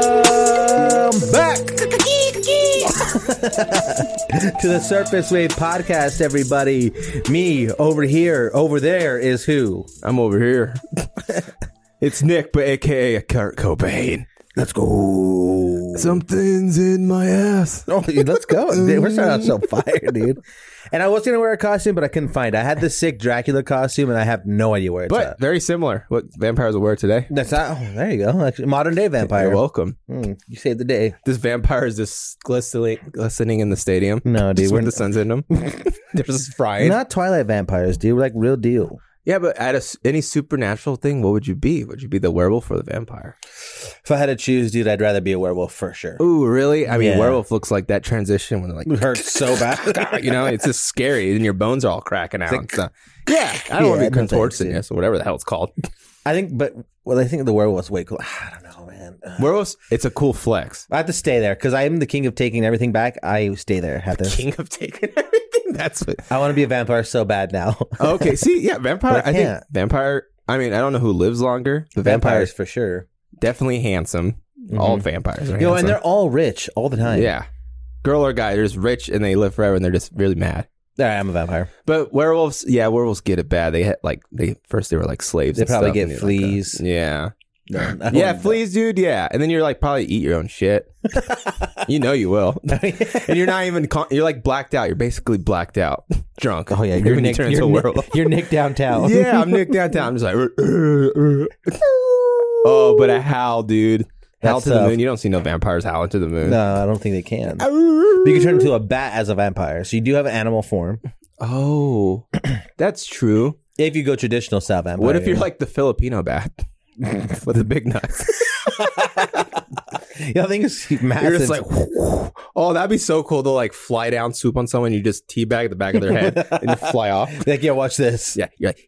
Welcome back to the Surface Wave Podcast, everybody. Me over here, over there is who? I'm over here. it's Nick, but AKA Kurt Cobain. Let's go. Something's in my ass. Oh, dude, let's go. Dude, We're starting out so fire, dude. And I was going to wear a costume, but I couldn't find it. I had the sick Dracula costume, and I have no idea where it's But at. very similar. What vampires will wear today? That's not, oh, there you go. Actually, modern day vampire. You're welcome. Hmm, you saved the day. This vampire is just glistening, glistening in the stadium. No, dude, Just we're when the sun's in them, they're just frying. not Twilight vampires, dude. We're like real deal. yeah, but at a s any supernatural thing, what would you be? Would you be the werewolf or the vampire? If I had to choose, dude, I'd rather be a werewolf for sure. Ooh, really? I mean, Yeah. werewolf looks like that transition when they're like, It hurts so bad. you know, it's just scary, and your bones are all cracking out. and stuff. yeah, I don't want Yeah, to be no thanks, contortionist or whatever the hell it's called. I think, but well, I think the werewolf's way cool. I don't know, man. Ugh. Werewolves, it's a cool flex. I have to stay there because I am the king of taking everything back. I stay there. Have to. King of taking everything. That's what. I want to be a vampire so bad now. Okay, see, yeah, vampire. But I I think can't. vampire. I mean, I don't know who lives longer. The Vampires vampires for sure. definitely handsome. All vampires are You know, Mm-hmm. and handsome. they're all rich all the time. yeah, girl or guy, they're just rich and they live forever and they're just really mad. All right, I'm a vampire. But werewolves, yeah, werewolves get it bad. They had like they first they were like slaves. They and probably stuff, get and you're fleas. Like a, yeah, No, I don't yeah, know. fleas, dude. Yeah, and then you're like probably eat your own shit. you know you will. and you're not even con- you're like blacked out. You're basically blacked out, drunk. oh yeah, you're you're when you Nick. turn into You're a Nick, werewolf. you're Nick downtown. yeah, I'm Nick downtown. I'm just like, uh, oh, but a howl, dude. Howl That's to tough. the moon. You don't see no vampires howling to the moon. No, I don't think they can. But you can turn into a bat as a vampire, so you do have an animal form Oh, that's true. if you go traditional style vampire. What if you're like the Filipino bat with the big nuts? Yeah, I think it's massive. You're just like, oh, that'd be so cool to like fly down, swoop on someone, you just teabag the back of their head and you fly off. like, yeah, watch this. Yeah, you're like,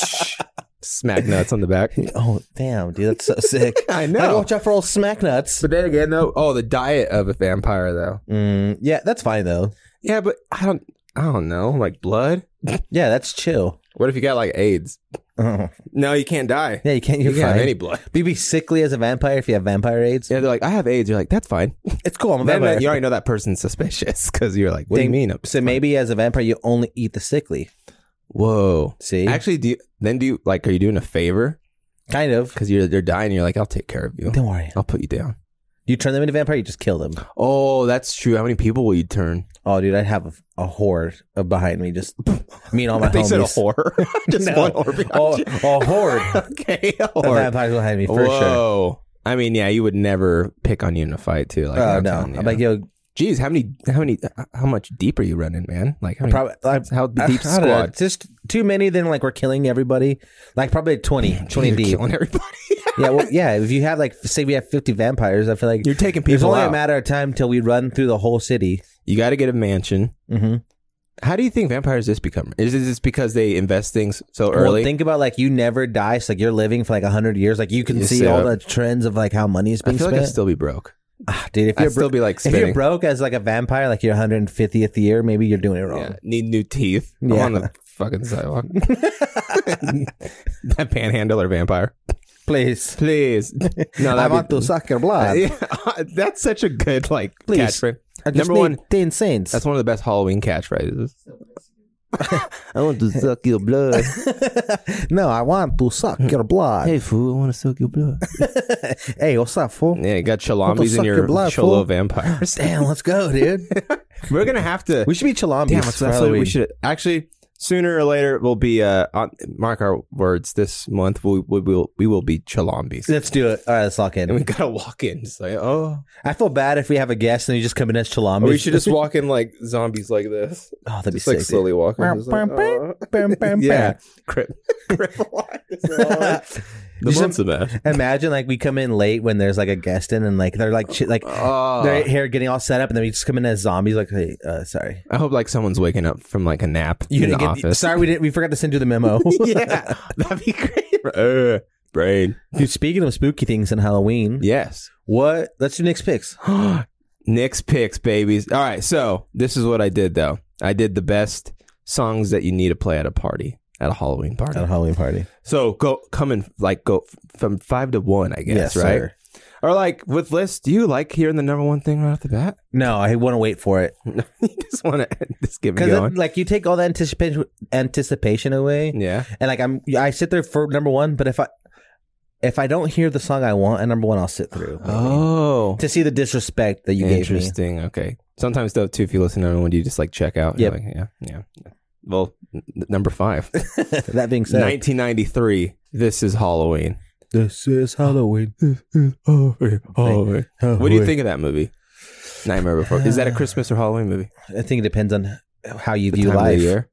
smack nuts on the back. Oh damn, dude, that's so sick. I Like, watch out for old smack nuts. But then again, though, oh, the diet of a vampire, though. Mm, yeah, that's fine though. Yeah, but I don't, I don't know, like blood. Yeah, that's chill. What if you got like AIDS? Oh. No, you can't die. Yeah, you can't. You're Uh-huh. you can't fine. have any blood. You'd be sickly as a vampire if you have vampire AIDS. Yeah, they're like, I have AIDS. You're like, that's fine. It's cool. I'm a Then uh, vampire. you already know that person's suspicious because you're like, what Think- do you mean? So maybe as a vampire, you only eat the sickly. Whoa. See, Actually, do you, then do you like? Are you doing a favor kind of. because you're they're dying? You're like, I'll take care of you. Don't worry. I'll put you down. You turn them into vampire, you just kill them. Oh, that's true. How many people will you turn? Oh, dude, I'd have a, a horde uh, behind me, just me and all my they homies. said a horror. Just No. one horror. behind Oh, you. a horde. okay, a of horror. vampires behind me for sure. Whoa. I mean, yeah, you would never pick on you in a fight, too. Like, Oh I'm no! telling you. I'm like, yo, Jeez, how many, how many, uh, how much deep are you running, man? Like, how many, probably I- how deep I don't know, squad? just too many. Then like we're killing everybody. Like probably 20, 20 You're deep. killing everybody. yeah, well, yeah. If you have like, say, we have fifty vampires, I feel like You're taking it's people only out. a matter of time till we run through the whole city. you got to get a mansion. Mm-hmm. How do you think vampires just become? Is it just because they invest things so Well, early? think about like you never die, so like you're living for like hundred years. Like you can You see see all the that. trends of like how money is I being feel like spent. I'd still be broke. Ah, dude, if I'd you're still bro- be like if spinning. you're broke as like a vampire, like your hundred and fiftieth year, maybe you're doing it wrong. Yeah, need new teeth. I'm um, Yeah. on the fucking sidewalk. that panhandler vampire. Please, Please. No, I that'd want be- to suck your blood. Yeah, that's such a good like Please. catchphrase. I just Number need one, ten cents. that's one of the best Halloween catchphrases. I want to suck your blood. no, I want to suck your blood. hey, fool, I want to suck your blood. hey, what's up, fool? Yeah, you What got the chalambis fuck, and you're your blind, cholo fool? vampires. Damn, let's go, dude. We're gonna have to. we should be Chalambis. Damn, it's for absolutely. Halloween. We should actually sooner or later we'll be uh on, mark our words. This month we we will we will be chalambis, Let's do it. All right, let's lock and in. we gotta walk in. Just like oh, I feel bad if we have a guest and you just come in as Chalambis. we should just walk in like zombies like this, Oh, that'd be just like sick. dude. slowly walking. Just like, oh. Yeah, crip, crip walk. the Just months of that. Imagine like we come in late when there's like a guest in and like they're like chi- like Oh. their hair getting all set up and then we just come in as zombies. Like, hey, uh, sorry, I hope like someone's waking up from like a nap in the didn't office. Sorry, we didn't. We forgot to send you the memo. yeah, that'd be great. Uh, Braid. Dude, speaking of spooky things and Halloween, Yes. what? Let's do Nick's picks. Nick's picks, babies. All right, so this is what I did though. I did the best songs that you need to play at a party, at a Halloween party. At a Halloween party. So go come in like go f- from five to one, I guess, right? sir. Or like with lists, do you like hearing the number one thing right off the bat? No, I want to wait for it you just want to just get me because going. like you take all the anticipation anticipation away, yeah. and like I'm I sit there for number one, but if I if I don't hear the song I want at number one, I'll sit through Oh, to see the disrespect that you gave me. interesting. Okay. Sometimes though, too, if you listen to another one, you just like check out. You're Yep. like, yeah, yeah, yeah. Well, n- number five, that being said, 1993. This is Halloween. this is Halloween. Halloween. What do you think of that movie? Nightmare Before. Is that a Christmas or Halloween movie? I think it depends on how you The view time of the life. year?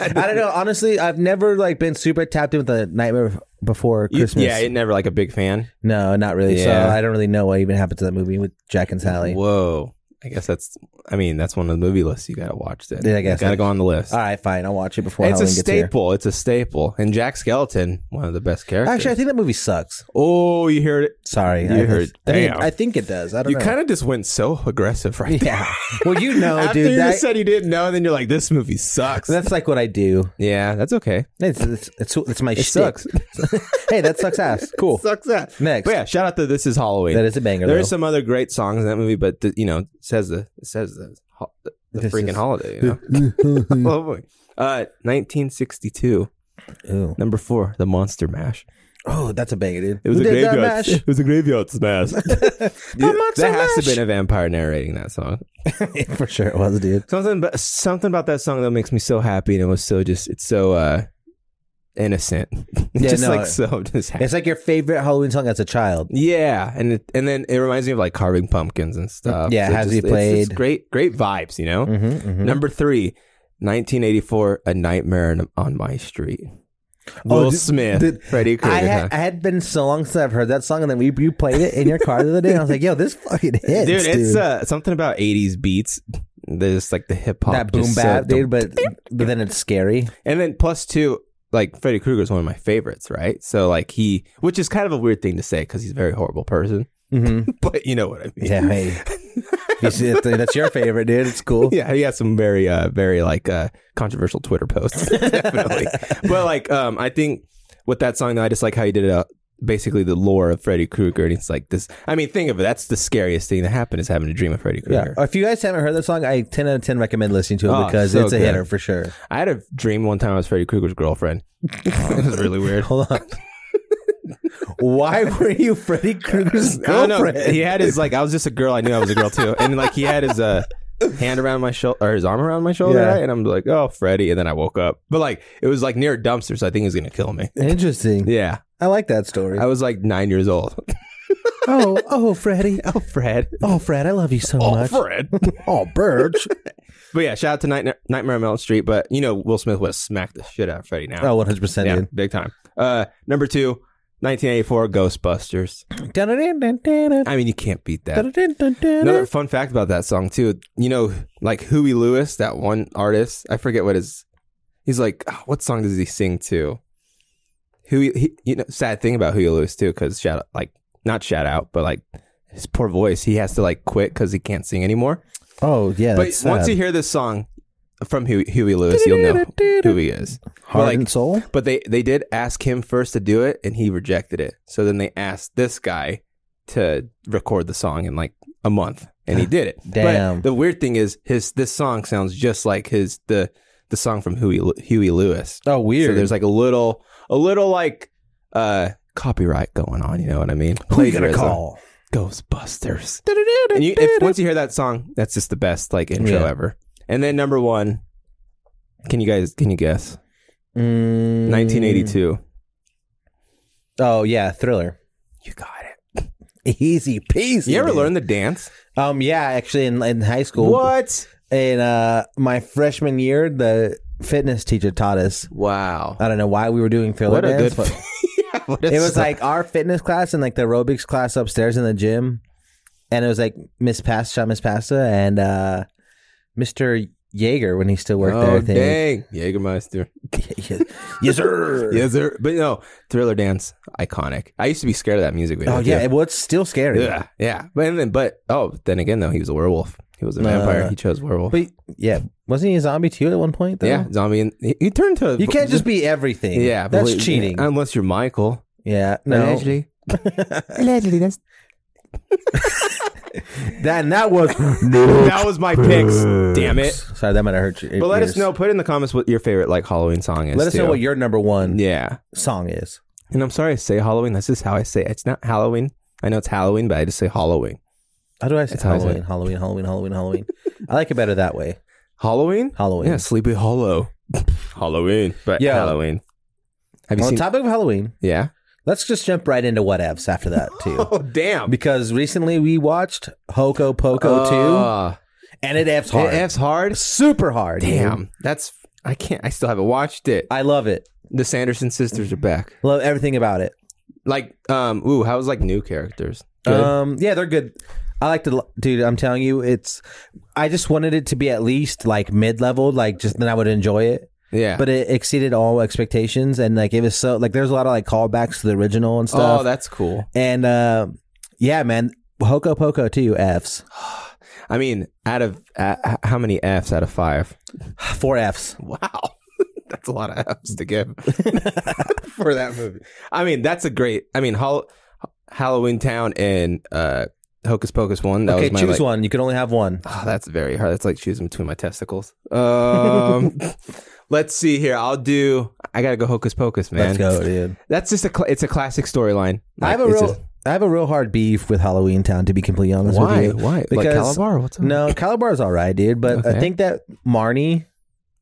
I don't know. Honestly, I've never like been super tapped in with the Nightmare Bef- Before You- Christmas. Yeah, it never like a big fan. no, not really. Yeah. So I don't really know what even happened to that movie with Jack and Sally. Whoa. I guess that's. I mean, that's one of the movie lists you gotta watch. Then Yeah, I guess gotta go on the list. All right, fine. I'll watch it before it's a Halloween gets here. staple. It's a staple. And Jack Skeleton, one of the best characters. Actually, I think that movie sucks. oh, you heard it. Sorry, You I, heard- I think, damn. I think it does. I don't You know. kind of just went so aggressive right there. yeah. Well, you know, After you dude. That, just said you didn't know, then you're like, "This movie sucks." that's like what I do. yeah, that's okay. It's it's, it's, it's my It sucks. hey, that sucks ass. Cool. sucks that. Next, But yeah, shout out to This Is Halloween. that is a banger. There though. is some other great songs in that movie, but th- you know, it says the it says the ho- the, the This freaking is- holiday. You know? oh boy. Uh, 1962, Ooh. number four, the Monster Mash. Oh, that's a banger, dude. It was Who a did that graveyard. mash? It was a graveyard smash. that Monster has to have Mash. been a vampire narrating that song. For sure, it was, dude. Something, about, something about that song though makes me so happy, and it was so just it's so uh innocent. Yeah, just no, like it- so just happy. It's like your favorite Halloween song as a child. Yeah, and it, and then it reminds me of like carving pumpkins and stuff. Yeah, has just- he it's- it's played- great, great vibes, you know. Mm-hmm, Number three, 1984, A Nightmare on- on My Street. Oh, Will did- Smith, did- Freddy Krueger. I had, I had been so long since I've heard that song, and then we, you played it in your car the other day, and I was like, "Yo, this fucking hits, dude, dude!" it's uh, something about 80s beats. There's like the hip hop, that boom just so- bap, dude. But, but then it's scary. and then plus two, like Freddy Krueger is one of my favorites, right? So like he, which is kind of a weird thing to say because he's a very horrible person, Mm-hmm. but you know what I mean. Yeah, hey, You see, that's- that's your favorite, dude. It's cool. yeah, he has some very, uh, very like uh, controversial Twitter posts, definitely. but like, um, I think with that song, though, I just like how he did it. Uh, basically, the lore of Freddy Krueger, and it's like this. I mean, think of it. That's the scariest thing that happened is having a dream of Freddy Krueger. If you guys haven't heard that song, I ten out of ten recommend listening to it Oh, because so it's a good. hitter for sure. I had a dream one time I was Freddy Krueger's girlfriend. it was really weird. Hold on. Why were you Freddy Krueger's I girlfriend? don't know. He had his like. I was just a girl. I knew I was a girl too. And like, he had his uh, hand around my shoulder or his arm around my shoulder, Yeah. right? and I'm like, oh, Freddy. And then I woke up, but like, it was like near a dumpster, so I think he was gonna kill me. Interesting. Yeah, I like that story. I was like nine years old. oh, oh, Freddy. Oh, Fred. Oh, Fred, I love you so much. Fred. Oh, Birch. but yeah, shout out to Night- Nightmare on Elm Street. But you know, Will Smith would have smacked the shit out of Freddy now. oh, 100%. yeah, dude. big time. Uh, number two, 1984, Ghostbusters. I mean, you can't beat that. Another fun fact about that song too. You know, like Huey Lewis, that one artist. I forget what his. He's like, oh, what song does he sing to? Huey, he, you know, sad thing about Huey Lewis too, because shout out, like not shout out, but like his poor voice. He has to like quit because he can't sing anymore. Oh, yeah. But that's once sad. you hear this song from Huey, Huey Lewis, you'll know who he is. Heart like- and Soul? But they they did ask him first to do it, and he rejected it. So then they asked this guy to record the song in like a month, and he did it. Damn. But the weird thing is, his this song sounds just like his the the song from Huey Lu- Huey Lewis. Oh, So weird. there's like a little a little like uh copyright going on. You know what I mean? Plagiarism. Ghostbusters. And you, if, once you hear that song, that's just the best like intro Yeah. ever. And then number one, can you guys can you guess? Mm. 1982. Oh, yeah. Thriller. You got it. Easy peasy. You ever dude. learn the dance? Um, yeah, actually, in, in high school. What? In uh, my freshman year, the fitness teacher taught us. Wow. I don't know why we were doing Thriller what a Uh, dance, good. but- Yeah, what a it was song. like our fitness class and like the aerobics class upstairs in the gym, and it was like Miss Pasta, Miss Pasta, and uh, Mister Jaeger when he still worked there. Oh I think. dang, Jägermeister. yes, yes, sir. Yes, sir. But no, Thriller Dance, iconic. I used to be scared of that music video. Oh too. yeah, well, it's still scary. yeah, yeah. But and then, but oh, then again though, he was a werewolf. He was a vampire. Uh, he chose werewolf. But yeah, wasn't he a zombie too at one point? Though? yeah, zombie. And he, he turned to. you can't just be everything. Yeah, that's believe- cheating. Yeah, Unless you're Michael. no, Allegedly. Allegedly, that's that and that was that was my picks. Damn it. Sorry, that might have hurt you. But let us know. Put in the comments what your favorite like Halloween song is. Let us know too. what your number one Yeah. song is. And I'm sorry I say Halloween. That's just how I say it. It's not Halloween. I know it's Halloween, but I just say Halloween. How do I say That's how I say Halloween? it. Halloween, Halloween, Halloween, Halloween. I like it better that way. Halloween? Halloween. Yeah, Sleepy Hollow. Halloween. But Yeah. Halloween. Have you On seen the topic of Halloween, Yeah. let's just jump right into what whatevs after that too. Oh damn. because recently we watched Hoko Poco 2 and it F's hard. Uh, It F's hard. Mm-hmm. Super hard. dude. Damn. That's I can't I still haven't watched it. I love it. The Sanderson sisters are back. Love everything about it. Like, um, ooh, how's like new characters? Good? Um, yeah, they're good. I like to, dude. I'm telling you, it's. I just wanted it to be at least like mid level, like just then I would enjoy it. yeah. But it exceeded all expectations, and like it was so like there's a lot of like callbacks to the original and stuff. oh, that's cool. and uh, yeah, man, Hoko Poco too. Fs, I mean, out of uh, h- how many F's out of five? four Fs. Wow. that's a lot of F's to give for that movie. I mean, that's a great. I mean, Hall- Halloween Town and uh, Hocus Pocus 1. That Okay, was my, choose like- one. You can only have one. Oh, that's very hard. That's like choosing between my testicles. Um, let's see here. I'll do. I gotta go Hocus Pocus, man. Let's go, dude. That's just a. Cl- it's a classic storyline. I have a Like, it's real, I have a real hard beef with Halloween Town. To be completely honest why? with you, Why? like Because- Calabar? What's up? no, Calabar's all right, dude. But I Okay. think that Marnie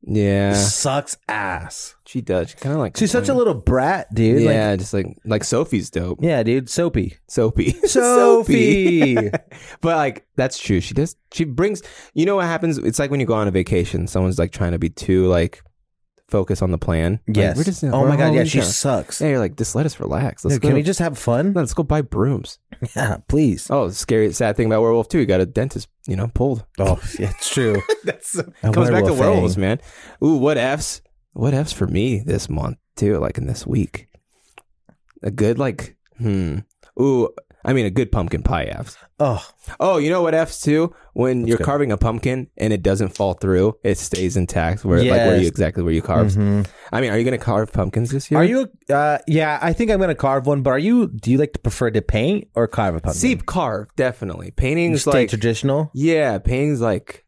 Yeah, sucks ass. she does. She kind of like. She's such a little brat, dude. Yeah, Like, just like like Sophie's dope. yeah, dude. Soapy. Sophie. Sophie. But like that's true. She does. She brings. You know what happens? It's like when you go on a vacation. Someone's like trying to be too like focused on the plan. Like, yes. we're just- oh we're my god. Yeah, Halloween she town. sucks. Yeah, you're like just let us relax. Let's Dude, go. can we just have fun? let's go buy brooms. Yeah, please. Oh, scary, sad thing about werewolf too. You got a dentist, you know, pulled. Oh, yeah, it's true. That's A comes back to werewolf eh? werewolves, thing. man. Ooh, what f's? What f's for me this month too? Like in this week, a good like hmm. Ooh, I mean a good pumpkin pie f's. Oh, Oh, you know what F's too? When you're go. carving a pumpkin and it doesn't fall through, it stays intact where like where Yes. you exactly where you carved. mhm. I mean, are you gonna carve pumpkins this year? are you? Uh, yeah, I think I'm gonna carve one. But are you? Do you like to prefer to paint or carve a pumpkin? see carve, Oh, definitely. You Paintings stay like traditional. Yeah, paintings like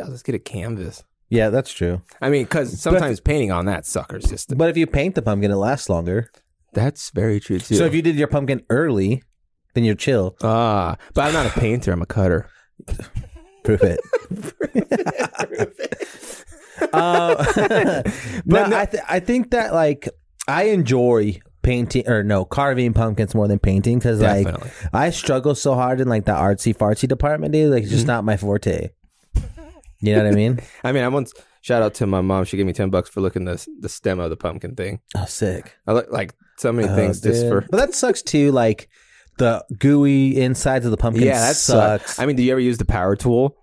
oh, let's get a canvas. Yeah, that's true. I mean, because sometimes painting on that sucker's just But if you paint the pumpkin, it lasts longer. that's very true too. So if you did your pumpkin early, then you're chill. ah, but I'm not a painter. I'm a cutter. Prove it. Uh, no, no- I th- I think that like I enjoy painting or no carving pumpkins more than painting because like Definitely. I struggle so hard in like the artsy fartsy department, dude. Like it's just not my forte. You know what I mean? I mean, I once shout out to my mom. She gave me ten bucks for looking the the stem of the pumpkin thing. Oh, sick. I look like so many things Oh, just dude. for But that sucks too. Like the gooey insides of the pumpkin. Yeah, that sucks. sucks. I mean, do you ever use the power tool?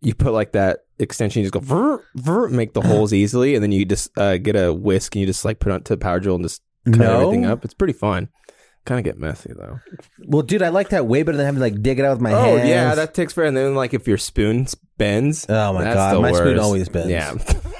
You put like that extension, you just go vrr, vrr, make the holes easily, and then you just uh, get a whisk and you just like put it onto the power tool and just cut No? everything up. It's pretty fun. Kind of get messy though. well, dude, I like that way better than having to like dig it out with my Oh hands. yeah, that takes forever. And then like if your spoon s- bends, Oh, my that's God, the my spoon worst. always bends. Yeah.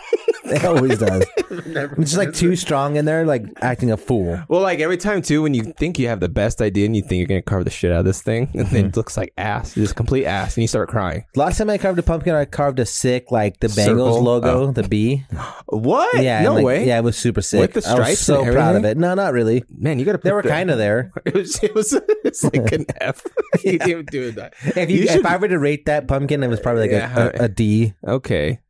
it always does. it's like too strong in there, like acting a fool. Well, like every time too, when you think you have the best idea and you think you're gonna carve the shit out of this thing, and then it Mm-hmm. looks like ass, just complete ass, and you start crying. Last time I carved a pumpkin, I carved a sick like the Bengals Circle? logo, the B. What? Yeah, no and, like, way. Yeah, it was super sick. With the I was stripes so and proud of it. everything? No, not really. man, you gotta. They put were the- kind of there. It was, it was it's like an F. you didn't even do that. If, you, You should- if I were to rate that pumpkin, it was probably like Yeah. a, a, a D. okay.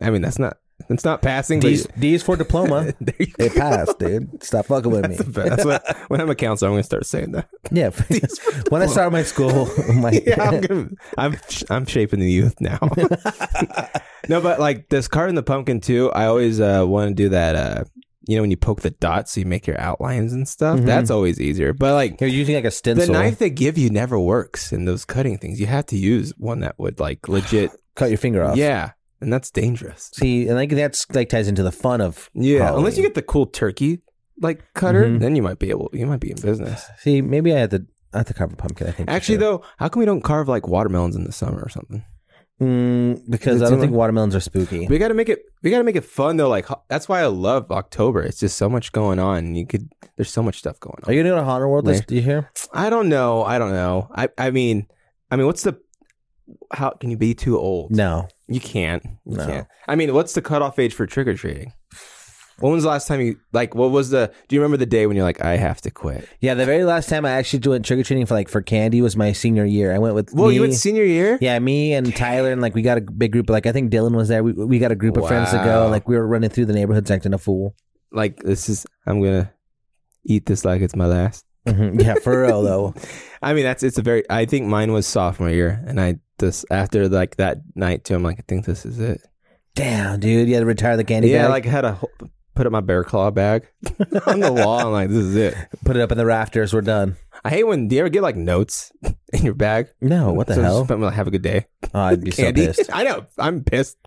I mean, that's not that's not passing. But D's, D's for diploma. there you go. It passed, dude. Stop fucking with me. But that's what, when I'm a counselor, I'm going to start saying that. Yeah. when I started my school, oh my Yeah, I'm, gonna, I'm I'm shaping the youth now. no, but like this card in the pumpkin too. I always uh, want to do that. Uh, you know, when you poke the dots, so you make your outlines and stuff. Mm-hmm. That's always easier. But like you're using like a the stencil. knife they give you never works in those cutting things. You have to use one that would like legit Cut your finger off. Yeah. and that's dangerous. See, and like that's like ties into the fun of Yeah, unless Halloween. you get the cool turkey like cutter, Mhm. then you might be able. You might be in business. See, maybe I had to I had to carve a pumpkin. I think Actually, though, how come we don't carve like watermelons in the summer or something? though, mm, because Does it I don't seem think like- watermelons are spooky. We got to make it. We got to make it fun though. Like ho- that's why I love October. It's just so much going on. You could. There's so much stuff going Are on. you doing a haunted world? This, Later. do you hear? I don't know. I don't know. I. I mean. I mean, what's the? How can you be too old? No, You can't. You No. can't. I mean, what's the cutoff age for trick or treating? When was the last time you like? What was the? Do you remember the day when you're like, I have to quit? yeah. The very last time I actually went trick or treating for like for candy was my senior year. I went with Well, me, you went senior year. Yeah, me and Tyler and like we got a big group. Like I think Dylan was there. We we got a group of friends to go. Wow. and, Like we were running through the neighborhoods acting a fool. Like this is. I'm gonna eat this like it's my last. Mhm. Yeah, for real though. I mean, that's it's a very. I think mine was sophomore year, and I just after like that night too. I'm like, I think this is it. Damn, dude, you had to retire the candy. yeah, bag, like had a whole- put up my bear claw bag on the wall. I'm like, this is it. put it up in the rafters. We're done. I hate when do you ever get like notes in your bag? No, what the So hell? Just, I'm like, have a good day. Oh, I'd be so Candy. pissed. I know. I'm pissed.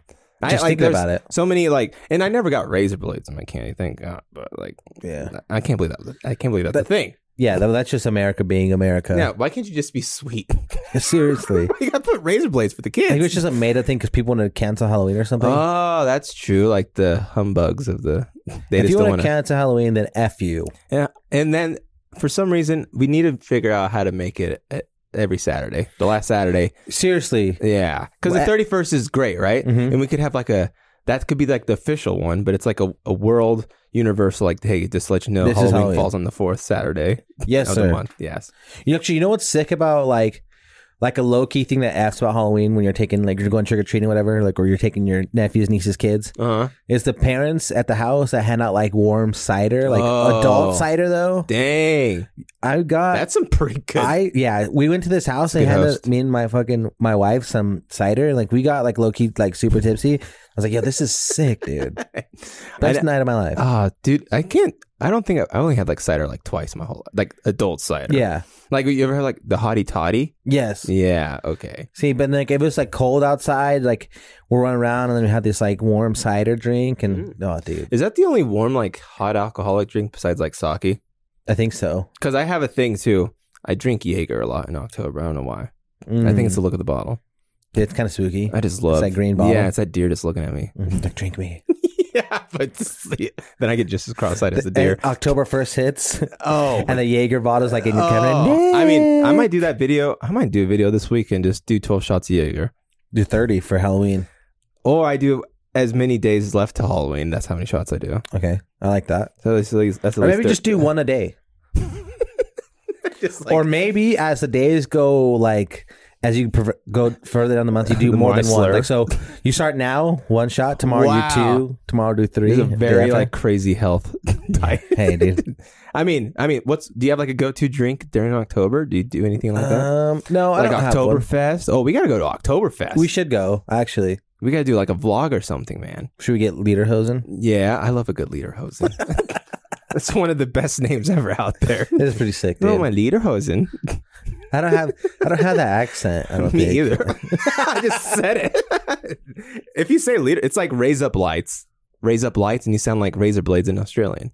I Just thinking there's about it. So many like, and I never got razor blades in my candy. Thank God. But like, Yeah, I can't believe that. was- I can't believe that's a thing. yeah. That, that's just America being America. Now, why can't you just be sweet? Seriously. you got to put razor blades for the kids. I think it was just a made up thing because people want to cancel Halloween or something. Oh, that's true. Like the humbugs of the they if just you want don't want to to. cancel Halloween, then F you. Yeah, and then for some reason we need to figure out how to make it e- every Saturday, the last Saturday. Seriously. Yeah, because the Well, thirty first is great, right? Mhm. And we could have like a that could be like the official one, but it's like a, a world universal. Like, hey, just to let you know, This is Halloween, Halloween. falls on the fourth Saturday Yes, of the sir. month. Yes, You actually, you know what's sick about like, like a low key thing that asks about Halloween when you're taking like you're going trick or treating whatever, like or you're taking your nephews, nieces, kids, uh huh. is the parents at the house that hand out like warm cider, like Oh. adult cider though. Dang, I got. that's some pretty good. I yeah, we went to this house. They Good had host. a, me and my fucking my wife some cider. Like we got like low key like super tipsy. I was like, yo, this is sick, dude. Best I- night of my life. Ah, dude, I can't. I don't think I, I only had like cider like twice my whole like adult cider. yeah. Like you ever had like the hottie toddy? Yes. Yeah. Okay. See, but like if it was like cold outside, like we're running around and then we had this like warm cider drink and oh dude. Is that the only warm like hot alcoholic drink besides like sake? I think so. Because I have a thing too. I drink Jaeger a lot in October. I don't know why. I think it's the look of the bottle. Mm. it's kinda spooky. I just love that green bottle? Yeah, it's that deer just looking at me. Mhm. Like, drink me. yeah, but then I get just as cross-eyed as the deer. And October first hits Oh, and the Jaeger bottle's like in your oh. cabinet. I mean, I might do that video. I might do a video this week and just do twelve shots of Jaeger. do thirty for Halloween. or I do as many days left to Halloween. That's how many shots I do. Okay. I like that. So that's, at least- that's at Or least maybe just do one a day. just or maybe as the days go like as you prev- go further down the month, you do The more more than I one. slur. Like so, you start now one shot. Tomorrow Wow. you two. Tomorrow do three. It's a day very after. like crazy health diet. hey dude. I mean, I mean, what's do you have like a go to drink during October? Do you do anything like that? um, no, I like don't have one. Oktoberfest? Oh, we gotta go to Oktoberfest. We should go, actually. we gotta do like a vlog or something, man. Should we get Lederhosen? Yeah, I love a good lederhosen. That's one of the best names ever out there. It is pretty sick, dude. Oh, my lederhosen. I don't have I don't have that accent. I don't Me think. either. I just said it. if you say leader, it's like raise up lights. Raise up lights, and you sound like razor blades in Australian.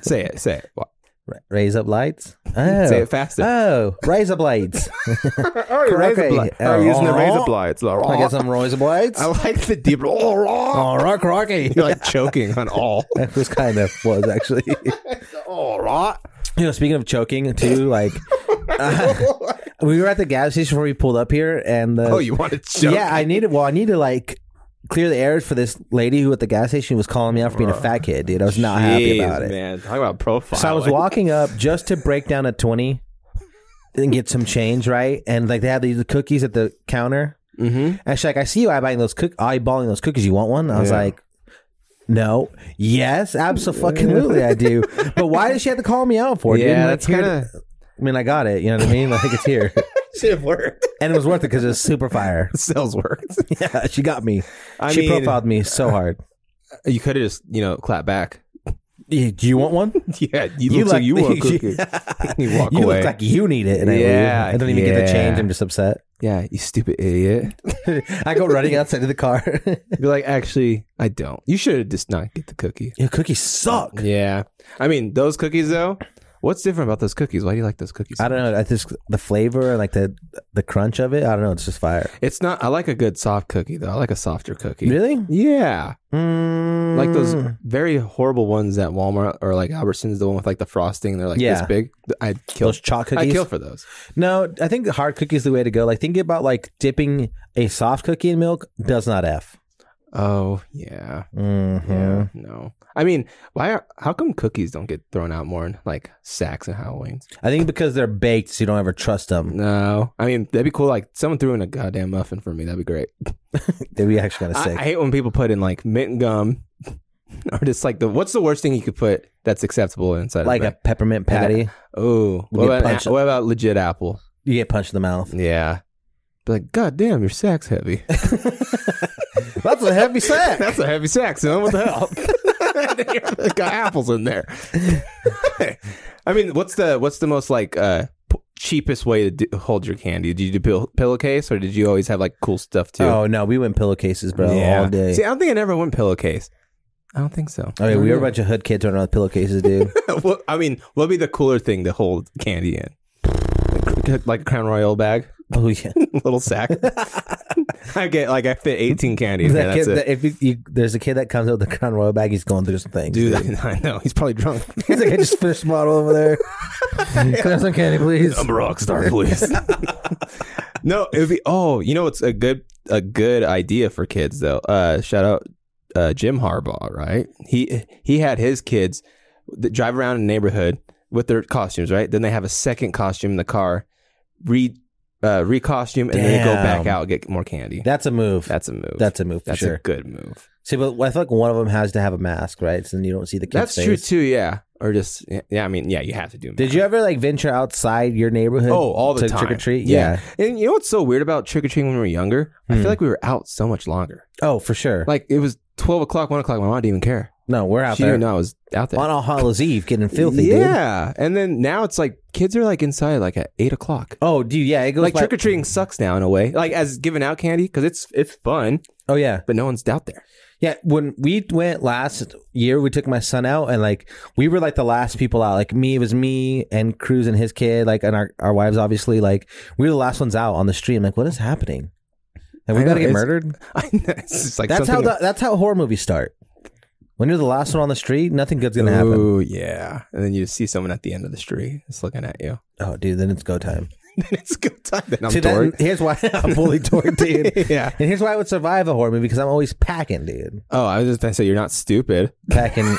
say it. Say it. Wha- Ra- Raise up lights. Oh. Say it faster. Oh, razor blades. oh, you're razor correct. blade- oh, you're using the razor blades. I got some razor blades. I like the deep. Oh, rock, rocky. You're like choking on all. That was kind of was actually. All right. You know, speaking of choking too, like uh, we were at the gas station before we pulled up here, and the, Oh, you want to choke? yeah, I needed. Well, I needed like clear the air for this lady who at the gas station was calling me out for being a fat kid, dude. I was not happy Jeez, about it. Man, talk about profile. So I was walking up just to break down a twenty and get some change, right? And like they had these cookies at the counter, Mm-hmm. and she's like, "I see you eyeballing those cook eyeballing those cookies. You want one?" I was Yeah. like. No. Yes, absolutely I do. But why did she have to call me out for it? dude? Yeah, Like, that's here- kind of I mean, I got it. You know what I mean? Like it's here, should have worked. and it was worth it because it was super fire. Sales worked. Yeah, she got me. I she mean- profiled me so hard. You could have just you know clapped back. Y- Do you want one? Yeah, you, look like you want cookies. you walk You away. look like you need it, and I leave. Yeah, I don't even get the yeah. change. I'm just upset. yeah, you stupid idiot. I go running outside of the car. Be like, actually, I don't. You should just not get the cookie. Your cookies suck. Yeah, I mean those cookies though. What's different about those cookies? Why do you like those cookies? I don't know. I just the flavor and like the the crunch of it. I don't know. It's just fire. It's not. I like a good soft cookie though. I like a softer cookie. Really? Yeah, Mm, like those very horrible ones at Walmart or like Albertsons, the one with like the frosting. They're like Yeah. this big. I'd kill. those chalk I cookies. kill for those. no, I think hard cookie is the way to go. Like think about like dipping a soft cookie in milk does not f. Oh yeah, Mm-hmm. yeah. No, I mean, why? Are, how come cookies don't get thrown out more in like sacks and Halloweens? I think because they're baked, so you don't ever trust them. No, I mean that'd be cool. Like someone threw in a goddamn muffin for me. That'd be great. They'd be actually kind of I, sick. I hate when people put in like mint gum, or just like the what's the worst thing you could put that's acceptable inside? like a of peppermint patty, oh, get what about, an punched- a- what about legit apple? you get punched in the mouth. Yeah, be like god damn, your sack's heavy. That's a heavy sack. that's a heavy sack, son. What the hell? got apples in there. I mean, what's the what's the most like uh p- cheapest way to do, hold your candy? Did you do pill- pillowcase or did you always have like cool stuff too? Oh no, we went pillowcases, bro, all day. See, I don't think I never went pillowcase. I don't think so. I mean, we were a bunch of hood kids running around with pillowcases, dude. What- I mean, what'd be the cooler thing to hold candy in? Like a Crown Royal bag, oh yeah. little sack. I get like I fit eighteen candy in there. That That's kid, it. that if you, you, there's a kid that comes out with a crown royal bag, he's going through some things. Dude, I, know he's probably drunk. He's like, I just finished the bottle over there. Can I have some candy, please? a rock star, please. no, it would be. Oh, you know it's a good a good idea for kids though. Uh, shout out uh, Jim Harbaugh, right? He he had his kids that drive around in the neighborhood with their costumes, right? Then they have a second costume in the car, re uh, re costume, and then they go back Damn. out and get more candy. That's a move. That's a move. That's a move for That's sure. a good move. See, but I feel like one of them has to have a mask, right? So then you don't see the kid's That's true face. too. Yeah, or just yeah. I mean, yeah, you have to do. them. Did you ever like venture outside your neighborhood? Oh, all the to time. Trick or treat? Yeah. And you know what's so weird about trick or treating when we were younger? I Hmm. feel like we were out so much longer. Oh, for sure. Like it was twelve o'clock, one o'clock. My mom didn't even care. no, we're out she there didn't know I was out there. on All Hallows Eve getting filthy, dude. yeah. And then now it's like kids are like inside like at eight o'clock. Oh, dude, yeah. It goes Like by- trick or treating sucks now in a way. Like as giving out candy because it's it's fun, Oh, yeah. but no one's out there. Yeah, when we went last year, we took my son out, and like we were like the last people out. Like me, it was me and Cruz and his kid, like and our, our wives, obviously. Like we were the last ones out on the street. I'm like, what is happening? Have we I got know, to get it's- murdered? it's just like That's how something- the, that's how horror movies start. When you're the last one on the street, nothing good's gonna happen. Ooh, yeah. And then you see someone at the end of the street that's looking at you. Oh, dude, then it's go time. it's good time. Then I'm See, that- dork. here's why I'm fully dorked, dude. yeah. And here's why I would survive a horror movie because I'm always packing, dude. Oh, I was just gonna say you're not stupid. Packing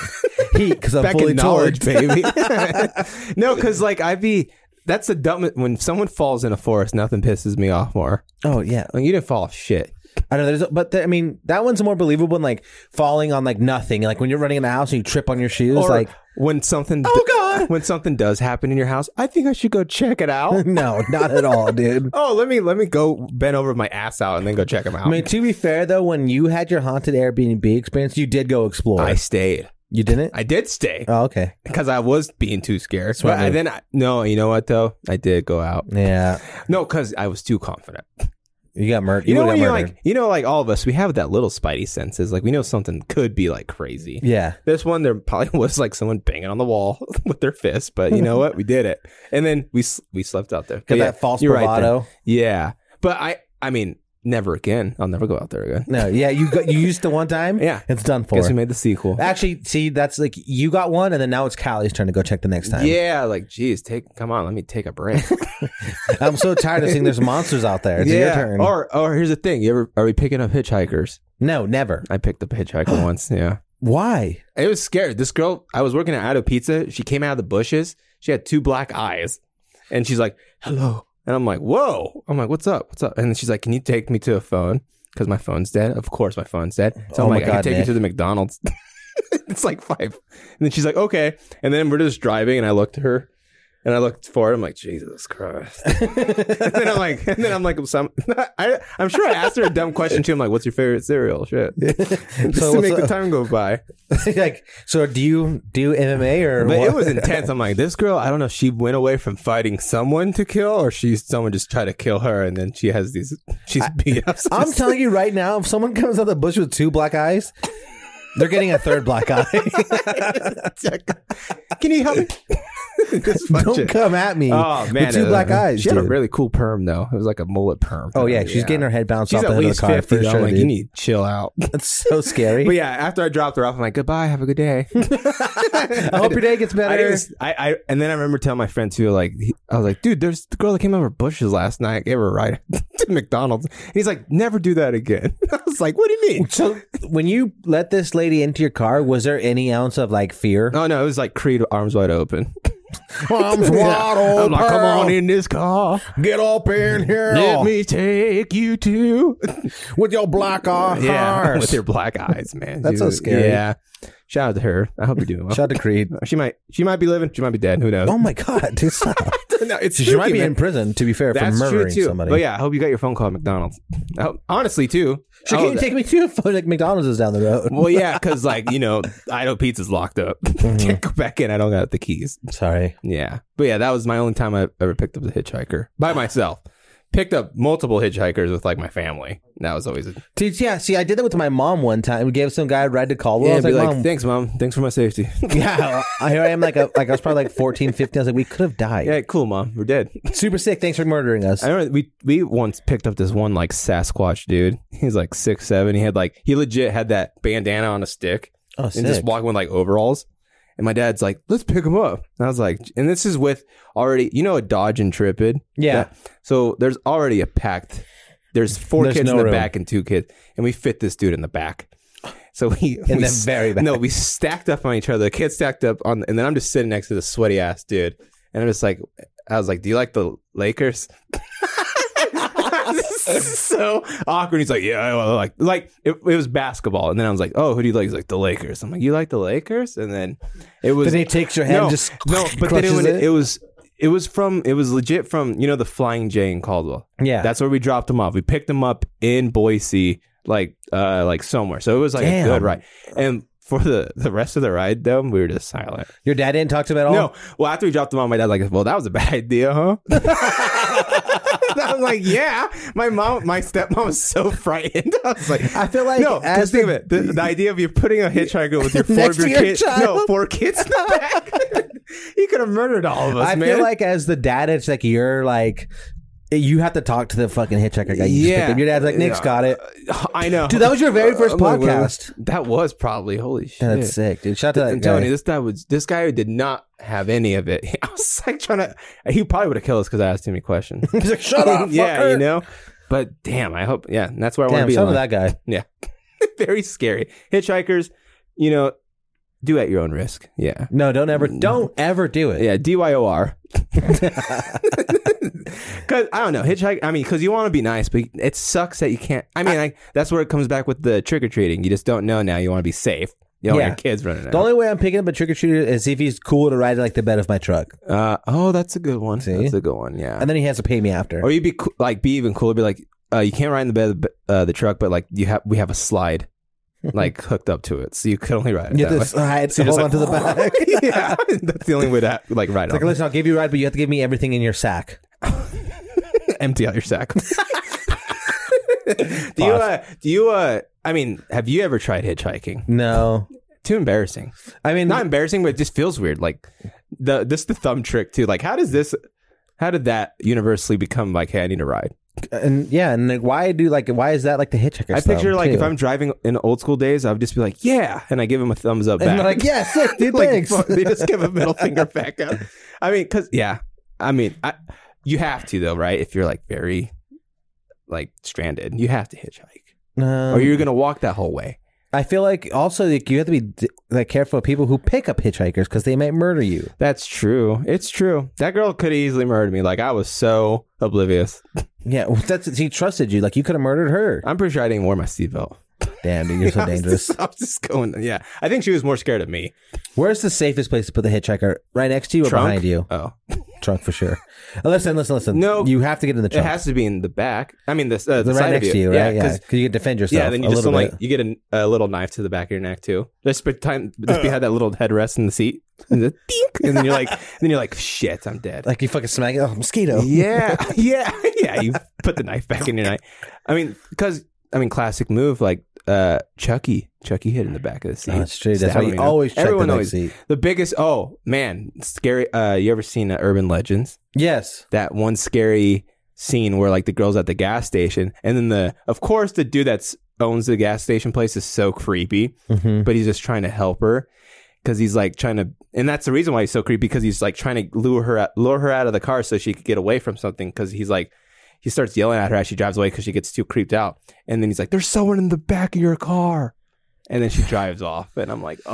heat because I'm back fully in knowledge, torqued. baby. no, because like I'd be. That's the dumb. When someone falls in a forest, nothing pisses me off more. Oh yeah, Like you didn't fall off shit. I know there's, but there, I mean that one's more believable than like falling on like nothing. Like when you're running in the house and you trip on your shoes, Or like when something. Oh, God! When something does happen in your house, I think I should go check it out. no, not at all, dude. oh, let me let me go bend over my ass out and then go check them out. I mean, to be fair though, when you had your haunted Airbnb experience, you did go explore. I stayed. you didn't? I did stay oh, okay. because I was being too scared. Smart But Uh, I, move. then I, no, you know what though? I did go out. Yeah, No, because I was too confident. you got murdered. You, know when got you murdered. like you know like all of us, we have that little spidey senses. Like we know something could be like crazy. yeah. This one, there probably was like someone banging on the wall with their fist, but you know what? We did it, and then we s- we slept out there. But Got yeah, that false you're right bravado. there. yeah, but I I mean, never again. I'll never go out there again. no, yeah, you got you used to one time. Yeah. it's done for. Guess we made the sequel. Actually, see, that's like you got one, and then now it's Callie's turn to go check the next time. Yeah, like geez, take come on, let me take a break. I'm so tired of seeing there's monsters out there. It's your yeah, turn. or or here's the thing: you ever are we picking up hitchhikers? no, never. I picked up a hitchhiker once. Yeah, Why? it was scary. This girl, I was working at Ado Pizza. She came out of the bushes. She had two black eyes, and she's like, "Hello," and I'm like, "Whoa!" I'm like, "What's up? What's up?" And then she's like, "Can you take me to a phone? Because my phone's dead. Of course, my phone's dead. So Oh I'm my like, I God, can take Nick. you to the McDonald's. it's like five. And then she's like, "Okay," and then we're just driving, and I looked at her. And I looked for it. I'm like, Jesus Christ. and then I'm like, and then I'm like, some, I, I'm sure I asked her a dumb question too. I'm like, what's your favorite cereal? Shit. Just So to what's make the up? time go by. like, so do you do MMA or? But what? it was intense. I'm like, this girl, I don't know if she went away from fighting someone to kill or she's someone just tried to kill her and then she has these, she's beat up. some- I'm telling you right now, if someone comes out of the bush with two black eyes, they're getting a third black eye. Can you help me? Just punch Don't it. come at me Oh man, with two uh, black eyes. She had a dude. really cool perm though. It was like a mullet perm. oh yeah, she's getting her head bounced She's off at the head of least the car fifty. for though. I'm sure. like, dude. you need to chill out. That's so scary. But yeah, after I dropped her off, I'm like, goodbye, have a good day. I hope your day gets I, better. didn't- I, I and then I remember telling my friend too, like he- I was like, dude, there's the girl that came out of her bushes last night, gave her a ride to McDonald's. And he's like, never do that again. I was like, what do you mean? so when you let this lady into your car, was there any ounce of like fear? Oh no, it was like Creed arms wide open. Arms wide I'm like, come on open. in this car. Get up in here Let me take you to with your black eye. Yeah, horse. with your black eyes, man. That's so Dude, scary. Yeah. Shout out to her. I hope you're doing well. Shout to Creed. she might, she might be living. She might be dead. Who knows? Oh my god, dude, stop. no, it's she might be in prison. To be fair, That's for true murdering too. somebody. But yeah, I hope you got your phone call at McDonald's. I hope- honestly, too. So can I hope you that- take me to a like McDonald's is down the road? well, yeah, because like you know, Idaho Pizza's locked up. Can't go back in. I don't got the keys. Sorry. Yeah, but yeah, that was my only time I ever picked up a hitchhiker by myself. Picked up multiple hitchhikers with like my family. That was always a Dude, yeah, see, I did that with my mom one time. We gave some guy a ride to Caldwell. yeah. I I'd was be like, like, mom, thanks, mom. Thanks for my safety. yeah, I- here I am, like, a, like I was probably like 14, 15. I was like, we could have died. yeah, cool, mom. We're dead. Super sick. Thanks for murdering us. I remember we we once picked up this one like Sasquatch dude. He's like six seven. He had like he legit had that bandana on a stick Oh, sick. and just walking with like overalls. And my dad's like, "Let's pick him up." And I was like, "And this is with already, you know, a Dodge Intrepid." Yeah. so there's already a packed. There's four There's kids no in the room. back and two kids, and we fit this dude in the back. So we In we the s- very back. No, we stacked up on each other. The kids stacked up on, and then I'm just sitting next to the sweaty ass dude, and I'm just like, I was like, "Do you like the Lakers?" so awkward. He's like, yeah, I like like it, it was basketball, and then I was like, oh, who do you like? He's like the Lakers. I'm like, you like the Lakers? And then it was then he takes your hand no, and just no, but then it, crushes was- it. it was it was from it was legit from you know the Flying J in Caldwell. Yeah. that's where we dropped him off. We picked him up in Boise, like uh like somewhere. So it was like Damn. a good ride, and. For the, the rest of the ride, though, we were just silent. Your dad didn't talk to him at all? No, well, after we dropped him off, my dad like, well, that was a bad idea, huh? I'm like, yeah. My mom, my stepmom was so frightened. I was like, I feel like no. as Because think of the- it, the, the idea of you putting a hitchhiker with your four Next of your, to your kids, no, child. four kids in the back. you could have murdered all of us, I man. feel like as the dad, it's like you're like, you have to talk to the fucking hitchhiker guy. You just Yeah. picked up. Your dad's like, Nick's Yeah. got it. I know, Dude, that was your very first I'm like, well, podcast. That was probably holy shit. That's sick, dude. Shout out to that I'm guy. telling you, this guy was this guy did not have any of it. I was like trying to. He probably would have killed us because I asked too many questions. He's like, shut up. yeah, fucker." you know. But damn, I hope. Yeah, that's where I want to Damn, be. shout out in to life. that guy. Very scary. Hitchhikers, you know, do at your own risk. Yeah, No, don't ever, don't ever do it. Mm. yeah. Dyor. Because I don't know hitchhike. I mean, because you want to be nice, but it sucks that you can't. I mean, like that's where it comes back with the trick or treating. You just don't know now. You want to be safe. You don't Yeah. want your kids running out. The only way I'm picking up a trick or treater is if he's cool to ride like the bed of my truck, uh, oh, that's a good one. See? That's a good one. Yeah. and then he has to pay me after. Or you'd be coo- like, be even cooler, be like, uh, you can't ride in the bed of the, uh, the truck, but like you have, we have a slide, like hooked up to it, so you could only ride it You that have to way. slide, So you're hold just on to the like, back. yeah, that's the only way to like ride It's like, on. listen, I'll give you a ride, but you have to give me everything in your sack. Empty out your sack. do you? Uh, do you? Uh, I mean, have you ever tried hitchhiking? No, Too embarrassing. I mean, Not embarrassing, but it just feels weird. Like the this the thumb trick too. Like, how does this? How did that universally become like, hey, I need a ride? and yeah, and like, why do like why is that like the hitchhiker? I picture thumb, like if too? I'm driving in old school days, I'd just be like, "Yeah," and I give him a thumbs up and back. they're like, yeah, sick, dude, Like, thanks. fuck, they just give a middle finger back up. I mean, because yeah, I mean, I, you have to though, right? If you're like very like stranded, you have to hitchhike, Um, or you're gonna walk that whole way. I feel like also like, you have to be d- like careful of people who pick up hitchhikers because they might murder you. That's true. It's true. That girl could easily murder me. Like I was so oblivious. Yeah, well, that's he trusted you. Like you could have murdered her. I'm pretty sure I didn't wear my seatbelt. Damn, dude, you're so I was dangerous. just- I was just going. Yeah, I think she was more scared of me. Where's the safest place to put the hitchhiker? Right next to you or Trunk? behind you? Oh, Trunk for sure. Uh, Listen, listen, listen. No. you have to get in the it trunk. has to be in the back. I mean, the, uh, the They're side right of next you. to you, right? Yeah, 'cause- because you can defend yourself. yeah. Then you a just little don't, like bit. you get a, a little knife to the back of your neck too. Just put time just behind that little headrest in the seat, and, the tink, and then you're like, then you're like, shit, I'm dead. like you fucking smack it. Oh, mosquito. yeah, yeah, yeah. You put the knife back in your knife. I mean, because I mean, classic move like uh Chucky. Chucky hit in the back of the seat. Oh, that's true. That's why Stab him, you know? always check Everyone the always next seat. the biggest. Oh man, scary. Uh, you ever seen uh, Urban Legends? Yes. That one scary scene where like the girls at the gas station, and then the of course the dude that's owns the gas station place is so creepy, Mhm. but he's just trying to help her. Because he's like trying to, and that's the reason why he's so creepy. Because he's like trying to lure her, out, lure her out of the car so she could get away from something. Because he's like, he starts yelling at her as she drives away because she gets too creeped out. And then he's like, "There's someone in the back of your car," and then she drives off. And I'm like, "Oh,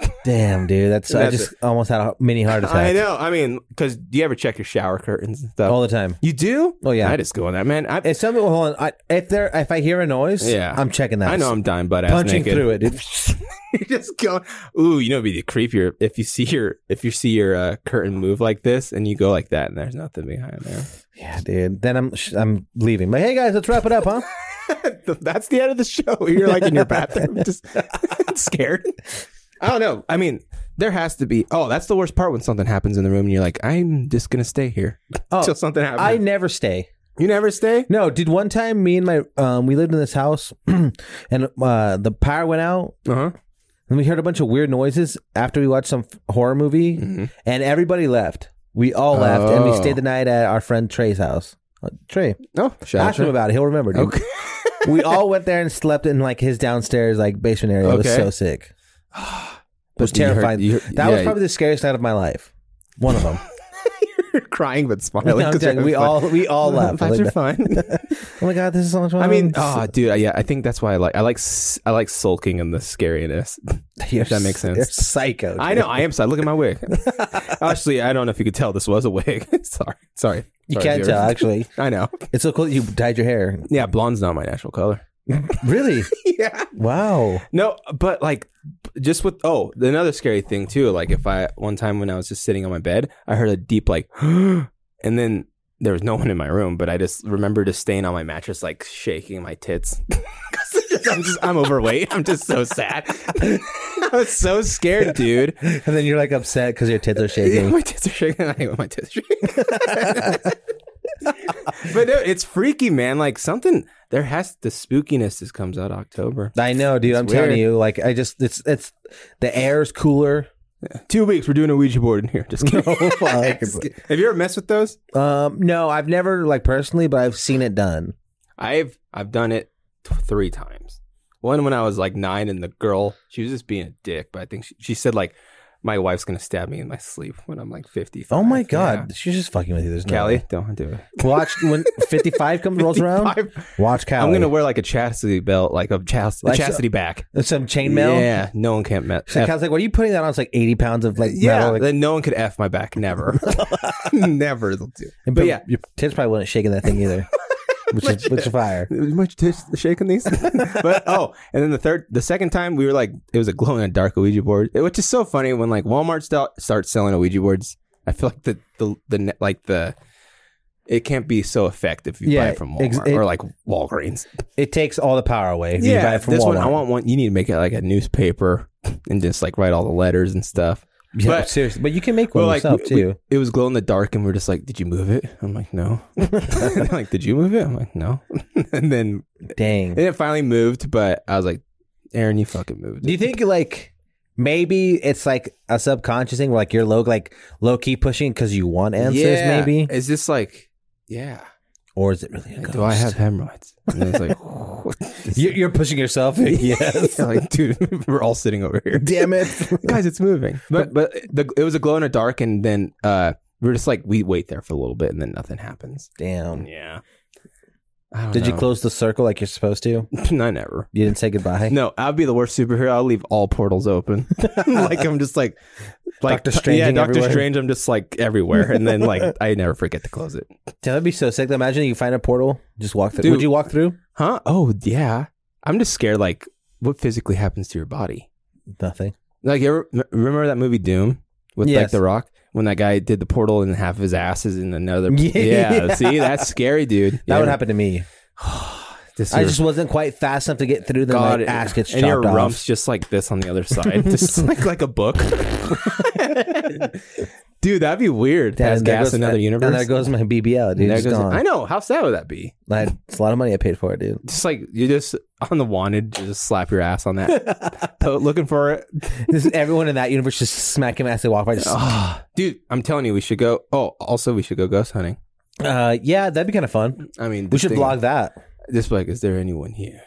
Oh, damn, dude. That's, I That's just almost had a mini heart attack I know. I mean, because do you ever check your shower curtains and stuff? all the time. you do? Oh, yeah. I just go on that, man. I, If something, well, hold on. I, if there, if I hear a noise, Yeah. I'm checking that. I know I'm dying butt ass punching naked. through it, dude. you just go. Ooh, you know, it'd be the creepier if you see your if you see your uh, curtain move like this and you go like that and there's nothing behind there. yeah, dude. Then I'm, sh- I'm leaving. But hey, guys, let's wrap it up, huh? That's the end of the show. You're like in your bathroom, just scared. I don't know. I mean, there has to be. Oh, that's the worst part when something happens in the room and you're like, I'm just gonna stay here Oh, until something I happens. never stay. you never stay. No, dude. One time, me and my, um, we lived in this house, and uh, the power went out, Uh huh. and we heard a bunch of weird noises after we watched some f- horror movie, and everybody left. We all left, and we Mm-hmm. Oh. stayed the night at our friend Trey's house. Uh, Trey, No. Shout out ask him to- about it. He'll remember. Dude. Okay. we all went there and slept in like his downstairs like basement area. It was Okay. so sick. It was You heard- terrifying. you heard- that yeah, was probably the scariest night of my life. One of them. You're crying but smiling. No, I'm 'cause telling you, you're we fine. all we all left. Vibes are fine. Oh my god, this is so much fun. I mean, oh, dude, I- yeah, I think that's why I like I like s- I like sulking in the scariness. You're that makes s- sense. You're psycho. dude. I know I am. Sad. Look at my wig. Actually, I don't know if you could tell this was a wig. sorry, sorry. You Sorry, can't viewers. tell actually. I know. It's so cool. that You dyed your hair. Yeah, blonde's not my natural color. Really? yeah. Wow. No, but like, just with oh, another scary thing too. Like, if I one time when I was just sitting on my bed, I heard a deep like, and then there was no one in my room, but I just remember just staying on my mattress, like shaking my tits. 'Cause I'm just I'm overweight. I'm just so sad. I was so scared, dude. And then you're like upset because your tits are Yeah, shaking. my tits are shaking. I hate when my tits are shaking. but no, it's freaky, man. Like something there has the spookiness that comes out October. I know, dude. I'm telling weird. you, like, I just it's it's the air's cooler. Two weeks, we're doing a Ouija board in here. Just kidding. fuck. Have you ever messed with those? um, no, I've never like personally, but I've seen it done. I've I've done it t- three times. One when I was like nine, and the girl she was just being a dick, but I think she, she said like, "My wife's gonna stab me in my sleep when I'm like 50." Oh my god, she's just fucking with you. There's no Callie, don't do it. way. Watch when 55 comes rolls around. 55. Watch Callie. I'm gonna wear like a chastity belt, like a chastity, Like so- chastity back. some chainmail. Yeah, no one can met. So Callie's like, "What are you putting that on?" It's like 80 pounds of like yeah, metal. Like, then no one could f my back. Never, never. They'll do. and But your- yeah, your tits probably wouldn't shake in that thing either, which is which is fire. much tish shaking these. but oh, and then the third, the second time we were like, it was a glow in the dark Ouija board, which is so funny when like Walmart st- starts selling Ouija boards. I feel like the the the ne- like the it can't be so effective if you buy Yeah, it from Walmart ex- it- or like Walgreens. It takes all the power away. If you buy it from this Walmart. one I want one. You need to make it like a newspaper and just like write all the letters and stuff. Yeah, but- seriously, but you can make one Well, like yourself we- too. we- it was glow in the dark, and we are just like, "Did you move it?" I'm like, "No." They're like, "Did you move it?" I'm like, "No." and then Dang. and it finally moved, but I was like, "Aaron, you fucking moved." Do you think like maybe it's like a subconscious thing where like you're low like low key pushing because you want answers Yeah. maybe, It's just like, yeah. or is it really a Like, ghost? do I have hemorrhoids? And it's like, You- You're pushing yourself. yes. like, dude, we're all sitting over here. Damn it. guys it's moving but but the, it was a glow in the dark and then uh we we're just like we wait there for a little bit and then nothing happens Damn. yeah I don't Did you know. close the circle like you're supposed to? i never You didn't say goodbye. no i'd be the worst superhero i'll leave all portals open like i'm just like like Doctor Strange yeah dr everywhere. strange i'm just like everywhere and then like i never forget to close it Damn, that'd be so sick. Imagine you find a portal, just walk through. Dude. Would you walk through? huh oh yeah I'm just scared. Like, what physically happens to your body? Nothing. Like, you ever, m- remember that movie Doom with like Yes. The Rock when that guy did the portal and half of his ass is in another. Yeah. Yeah, see, that's scary, dude. That would happen to me. I just wasn't quite fast enough to get through the God, like, ass gets chopped and your off. rump's just like this on the other side, just like like a book. Dude, that'd be weird. Damn, Has there gas goes- in another universe. And there goes my BBL, dude. There It's goes- gone. I know. How sad would that be? Like, it's a lot of money I paid for it, dude. Just like you just on the wanted, you just slap your ass on that, Po- looking for it. This is everyone in that universe just smacking my ass they walk by. Just, Ah, dude, I'm telling you, we should go. Oh, also, we should go ghost hunting. uh, yeah, that'd be kind of fun. I mean, We this should thing- vlog that. Just like, is there anyone here?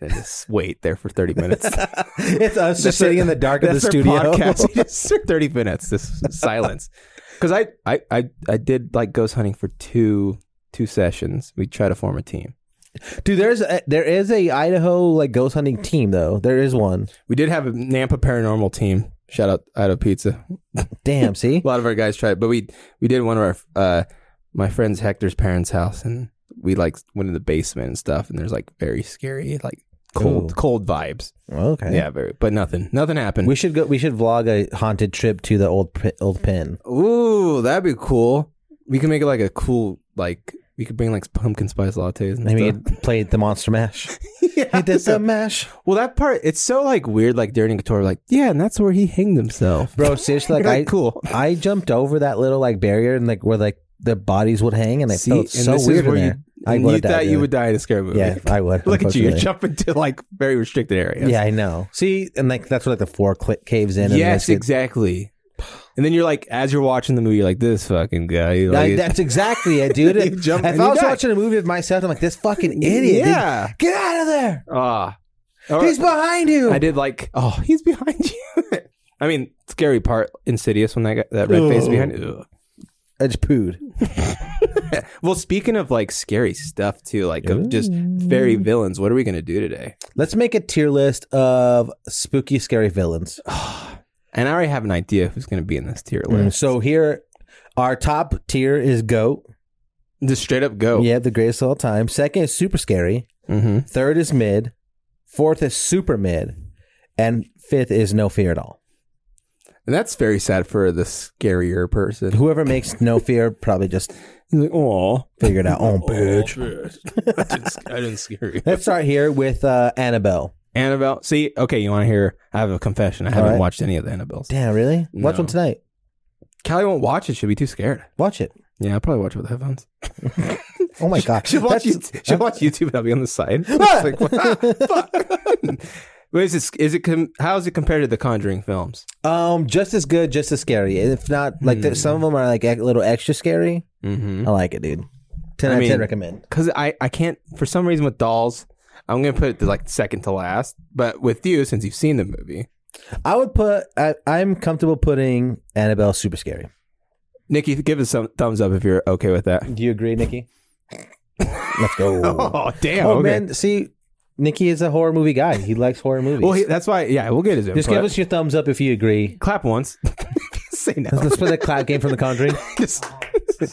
And just wait there for 30 minutes. It's us That's just sitting our- in the dark of the that's our studio. podcast. Just thirty minutes, this silence. Because I, I, I, I did like ghost hunting for two two sessions. We try to form a team. Dude, there's a, there is a Idaho like ghost hunting team though. There is one. We did have a Nampa paranormal team. Shout out Idaho Pizza. Damn, see? A lot of our guys tried, but we we did one of our uh, my friend's Hector's parents' house, and we like went in the basement and stuff. And there's like very scary, like cold Ooh. cold vibes. Okay. Yeah, very. But nothing, nothing happened. We should go we should vlog a haunted trip to the old pi- old pin. Ooh, that'd be cool. We could make it like a cool like we could bring like pumpkin spice lattes and Maybe stuff. you'd play the monster mash. yeah. Hit this a mash. Well, that part it's so like weird. Like during Couture, like yeah, and that's where he hanged himself. Bro, seriously, like Like, I cool. I jumped over that little like barrier and like where like the bodies would hang and I See, felt and so this is weird in where you, there. I and would've you died thought you there. would die in a scary movie. Yeah, I would. Look at you, you're unfortunately. jumping to like very restricted areas. Yeah, I know. See, and like that's where like the four cli caves in. And Yes, it's- exactly. And then you're like, as you're watching the movie, you're like, this fucking guy. Like, Like, that's exactly it, dude. You jump if and I you was die. watching a movie of myself, I'm like, this fucking idiot. dude. Yeah. Get out of there. Ah. He's behind you. I did like, oh, he's behind you. I mean, scary part, insidious when that guy, that red face Ugh. behind. you. I just pooed. Ugh. Well, speaking of like scary stuff too, like of just fairy villains, what are we gonna do today? Let's make a tier list of spooky, scary villains. And I already have an idea who's gonna be in this tier Mm, list. So here, our top tier is Goat. Just straight up go. Yeah, the greatest of all time. Second is Super Scary. hmm Third is Mid. Fourth is Super Mid. And fifth is No Fear at All. And that's very sad for the scarier person. Whoever makes No Fear probably just He's like, oh, figured out. Oh, bitch. I didn't- I didn't scare you. Let's start here with uh, Annabelle. Annabelle. See, okay, you want to hear? I have a confession. I haven't right. watched any of the Annabelles. Damn, really? Watch No. one tonight. Callie won't watch it. She'll be too scared. Watch it. Yeah, I'll probably watch it with headphones. Oh my god. She'll watch, That's- Ah! YouTube, she'll watch YouTube and I'll be on the side. It's like, what the fuck? But is it, is it com- how is it compared to the Conjuring films? Um, just as good, just as scary. If not, like there, some of them are like a little extra scary. Hmm. Mm-hmm. I like it, dude. Ten I out of ten. mean- Recommend. Because I, I can't, for some reason with dolls, I'm going to put it to like second to last. But with you, since you've seen the movie, I would put. I, I'm comfortable putting Annabelle super scary. Nikki, give us some thumbs up if you're okay with that. Do you agree, Nikki? Let's go. oh Oh, damn. okay. man, see, Nikki is a horror movie guy. He likes horror movies. Well, he, that's why, yeah, we'll get his input. just give us your thumbs up if you agree. Clap once. Say no. Let's play the clap game from The Conjuring. Just-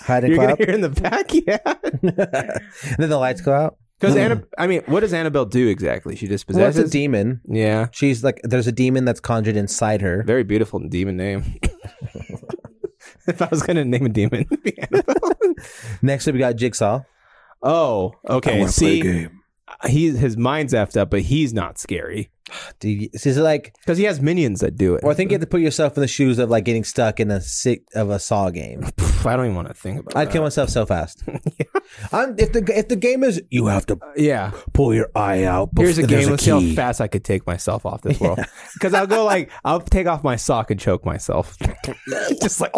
Hide and you're going clap. to hear in the back, yeah. and then the lights go out. Because Annab- I mean, what does Annabelle do exactly? She just Well, that's possesses. a demon. yeah, She's like, there's a demon that's conjured inside her. very beautiful demon name. if I was gonna name a demon, it'd be Annabelle. Next up, we got Jigsaw. oh, okay. See, he his mind's effed up, but he's not scary Do you, this is like, because he has minions that do it. or I think you have to put yourself in the shoes of like getting stuck in a sick of a saw game. Pff, I don't even want to think about. I'd that. kill myself so fast. I'm, if the if the game is you have to Yeah, pull your eye out. here's a before- there's game. Let's see how key. fast I could take myself off this world. Because I'll go like I'll take off my sock and choke myself, just like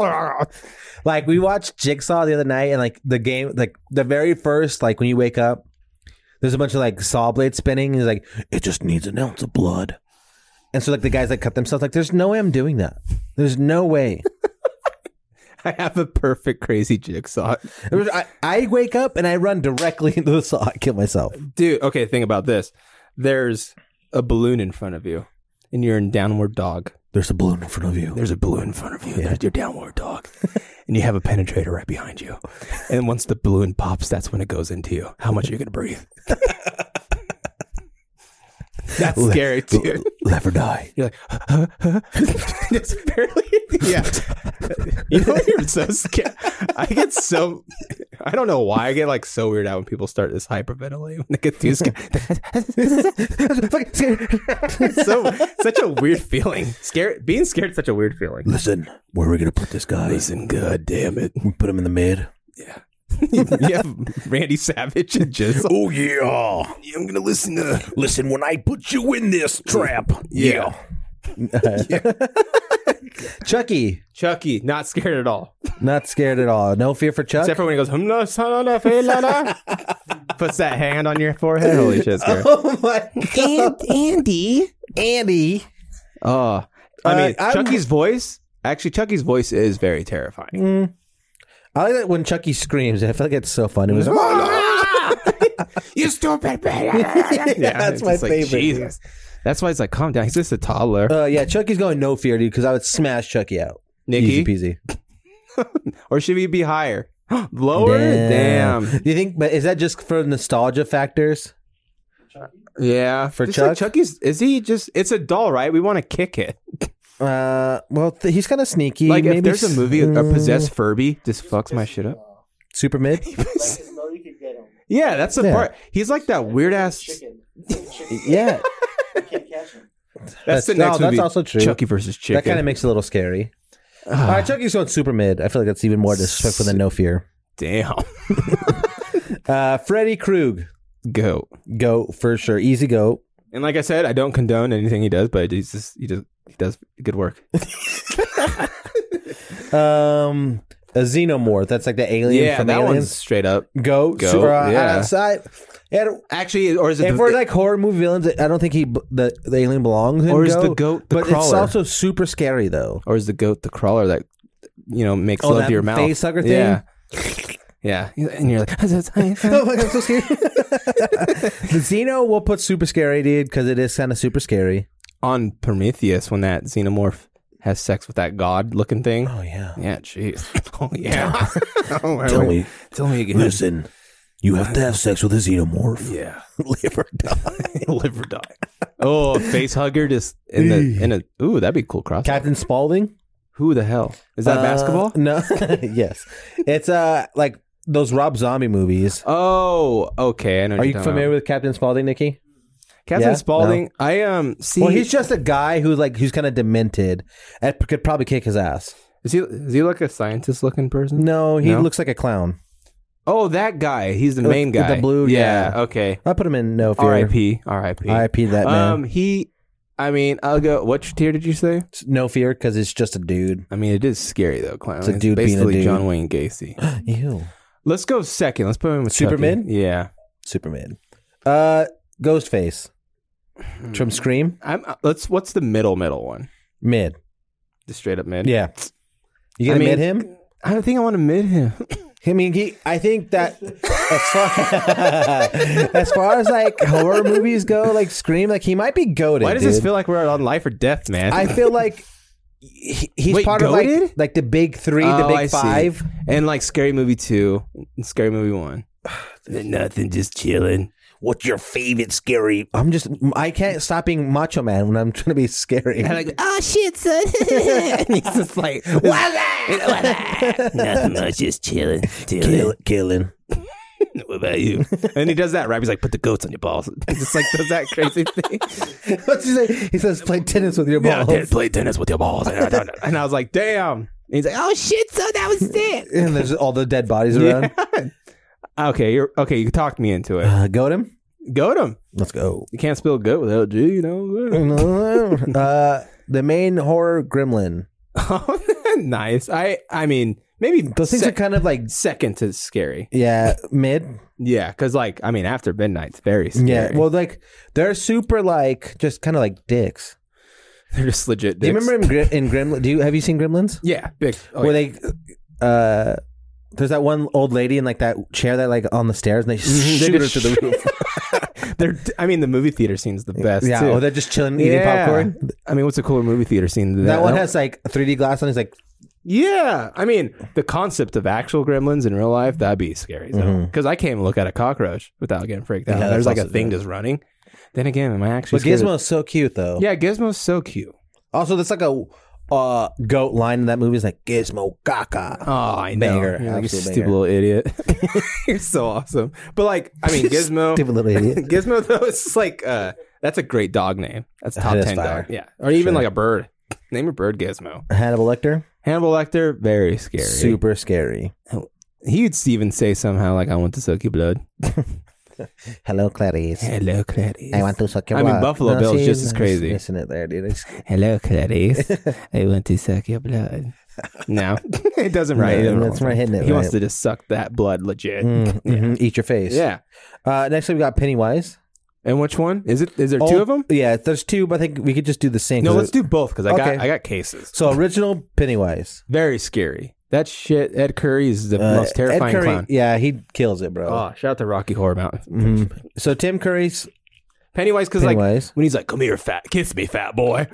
Like we watched Jigsaw the other night, and like the game, like the very first, like when you wake up, there's a bunch of like saw blades spinning. And he's like, it just needs an ounce of blood. And so like the guys that cut themselves, like there's no way I'm doing that. There's no way. I have a perfect crazy jigsaw. There was- I, I wake up and I run directly into the saw. I kill myself. dude okay think about this there's a balloon in front of you and you're in downward dog There's a balloon in front of you. there's a balloon in front of you there's your downward dog and you have a penetrator right behind you and once the balloon pops that's when it goes into you how much are you gonna breathe That's scary too. Live or die. You're like, it's barely. Yeah. You know, you're so scared. I get so. I don't know why I get like so weird out when people start this hyperventilating when they get too scared. Fucking scared. It's so such a weird feeling. Scared. Being scared is such a weird feeling. Listen, where are we gonna put this guy? Listen, god damn it. We put him in the mid. Yeah. you have Randy Savage and Jizzle. Oh yeah. Yeah, I'm gonna listen to. Listen, when I put you in this trap, Yeah. Chucky, Chucky, not scared at all. not scared at all. No fear for Chuck. Except for when he goes, "Hmm, no, son, no, fe, la, la." puts that hand on your forehead. Holy shit, scary. oh my And Andy. Andy. Oh, I mean, Uh, I'm- Chucky's voice. Actually, Chucky's voice is very terrifying. I like that when Chucky screams. I feel like "Oh, it's so fun. It was you stupid man! yeah, that's it's my just like, favorite. Jesus, that's why it's like, calm down. He's just a toddler. Uh, yeah, Chucky's going no fear, dude, because I would smash Chucky out. Nikki, Easy peasy. or should we be higher? Lower? Oh, Damn. Do you think? But is that just for nostalgia factors? Yeah. For Just like Chuck? Chucky's is he just? It's a doll, right? We want to kick it. Uh, well, th- he's kind of sneaky. Like Maybe if there's a s- movie, a mm, possessed Furby just fucks my shit up. super mid. Yeah, that's the Yeah. part. He's like that weird ass. yeah, That's, the no, that's next movie. also true. Chucky versus Chicken. Ah, that kind of makes it a little scary. All right, Chucky's going super mid. I feel like that's even more disrespectful than no fear. Damn. Uh, Freddy Krug, Go. go for sure, easy go. And like I said, I don't condone anything he does, but he's just he does he does good work. Um, a xenomorph. That's like the alien yeah, from that one's Aliens. straight up. Go, Go, super. uh, yeah. outside. And Actually, or is it? if the, we're like horror movie villains, I don't think he the, the alien belongs. in or is Go, the goat the but it's crawler? also super scary though. or is the goat the crawler that you know makes Oh, love that to your mouth? face sucker thing? Yeah. Yeah, and you're like, oh my god, I'm so scared. the Xeno will put super scary, dude, because it is kind of super scary. on Prometheus when that xenomorph has sex with that god-looking thing. Oh yeah. Yeah, jeez. Oh yeah. oh, my word. me, tell me again. listen, you have to have sex with a xenomorph. Yeah, Live or die. live or die. Oh, a face hugger just in the in a. Ooh, that'd be a cool cross. Captain Spaulding. Who the hell is that? Uh, basketball? No. yes. It's uh like those Rob Zombie movies. Oh, okay. I know. Are you familiar with Captain Spaulding, Nikki? Captain yeah? Spaulding? I um see. well, he's just a guy who like who's kind of demented and p- could probably kick his ass. is he is he like a scientist looking person? No, he No? looks like a clown. Oh, that guy. He's the With- main with guy. the blue, yeah. Okay. I put him in no fear. R.I.P. R.I.P. R.I.P. That man. Um, he. I mean, I'll go. What tier did you say? no fear because it's just a dude. I mean, it is scary though, clown. It's a dude being a basically dude. John Wayne Gacy. Ew. Let's go second. Let's put him with Chucky. Superman? Yeah. Superman. Uh, Ghostface. Hmm. From Scream, I'm. uh, Let's. What's the middle middle one? mid. Just straight up mid. Yeah. You gonna I mean- mid him? I don't think I want to mid him. I mean, he, I think that as far, as far as like horror movies go, like Scream, like he might be goaded. Why does dude. this feel like we're on life or death, man? I feel like he- he's Wait, part of goated? like, like the big three, the Oh, big I see. five. and like Scary Movie Two, and Scary Movie One. Nothing, just chilling. What's your favorite scary? I'm just I can't stop being Macho Man when I'm trying to be scary. And like, oh shit, son. and he's just like, what? Nothing much, just chilling. Kill, killing. What about you? and he does that rap. He's like, put the goats on your balls. He just like does that crazy thing. What's he say? He says, "Play tennis with your Yeah, balls." dude, play tennis with your balls. and I was like, damn. And he's like, oh shit, son, that was it. and there's all the dead bodies around. okay, you're okay. You talked me into it. Uh, goat him. Goat him. Let's go. You can't spell goat without G, you know. uh, the main horror gremlin. nice. I I mean, maybe Those things sec- are kind of like second to scary. yeah, mid. Yeah, because like I mean, after midnight's very scary. Yeah, well, like they're super like just kind of like dicks. they're just legit. Do you dicks. remember in, Grim- in Gremlin? Do you have you seen Gremlins? Yeah, big. oh, Where yeah. they uh, there's that one old lady in like that chair that like on the stairs and they shoot her just to the roof. They're. I mean, the movie theater scene's the best. yeah, too. or they're just chilling eating Yeah. popcorn. I mean, what's a cooler movie theater scene than That, that? one I don't- has like 3D glass on. It's like Yeah, I mean, the concept of actual gremlins in real life that'd be scary though, because I can't even look at a cockroach without getting freaked out. Mm-hmm. Yeah, There's that's like a also thing just running. Then again, am I actually? But scared of- Gizmo's so cute though. Yeah, Gizmo's so cute. Also, that's like a uh, goat line in that movie is like Gizmo Gaga. Oh, I know. Banger. You're like a Absolute stupid banger. little idiot. You're so awesome. But like, I mean, Gizmo. Stupid little idiot. Gizmo though, it's just like uh, that's a great dog name. That's a top That is ten fire. dog. Yeah, or Sure. even like a bird. Name a bird Gizmo. Hannibal Lecter, Hannibal Lecter, very scary. super scary. He would even say somehow like, "I want to suck your blood." Hello, Clarice. Hello, Clarice. I want to suck your I mean, blood. Buffalo Bill's see, just as I'm crazy. Missing it there, dude. It's- Hello, Clarice. I want to suck your blood. No, it doesn't right. No, It doesn't that's right. not hitting it He wants right. to just suck that blood legit. Mm, mm-hmm. mhm, Eat your face. Yeah. Uh, next up, we got Pennywise. And which one is it? Is there Old- two of them? Yeah, there's two, but I think we could just do the same. No, 'cause let's it- do both because I Okay. got I got cases. So original Pennywise. Very scary. That shit. Ed Curry is the Uh, most terrifying Ed Curry, clown. Yeah, he kills it, bro. Oh, shout out to Rocky Horror Mountain. Mhm. So Tim Curry's Pennywise, because like Pennywise. when he's like, "Come here, fat, kiss me, fat boy."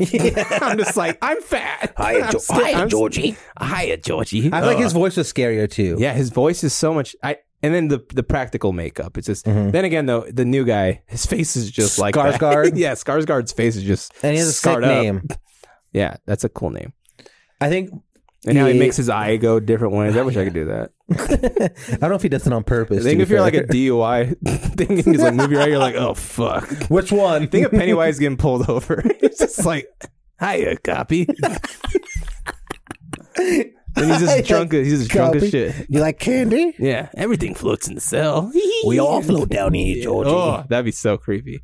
I'm just like, "I'm fat." Hiya, I'm Jo- still- hiya, I'm- Georgie. Hiya, Georgie. I feel like Ugh. his voice was scarier too. Yeah, his voice is so much. I and then the the practical makeup. It's just. Mm-hmm. Then again, though, the new guy, his face is just like that. Skarsgård? yeah, Skarsgård's face is just. and he has a sick scarred up. name. Yeah, that's a cool name. I think. And how he Yeah. makes his eye go different ways. I wish I could do that. I don't know if he does it on purpose. I to think be if you're like fair. a DUI thinking it's like movie right, you're like, oh fuck. which one? Think of Pennywise getting pulled over. It's just like, hiya, copy. and he's just drunk. He's just drunk as Copy. shit. You like candy? Yeah, everything floats in the cell. We all float down here, Georgie. oh, that'd be so creepy.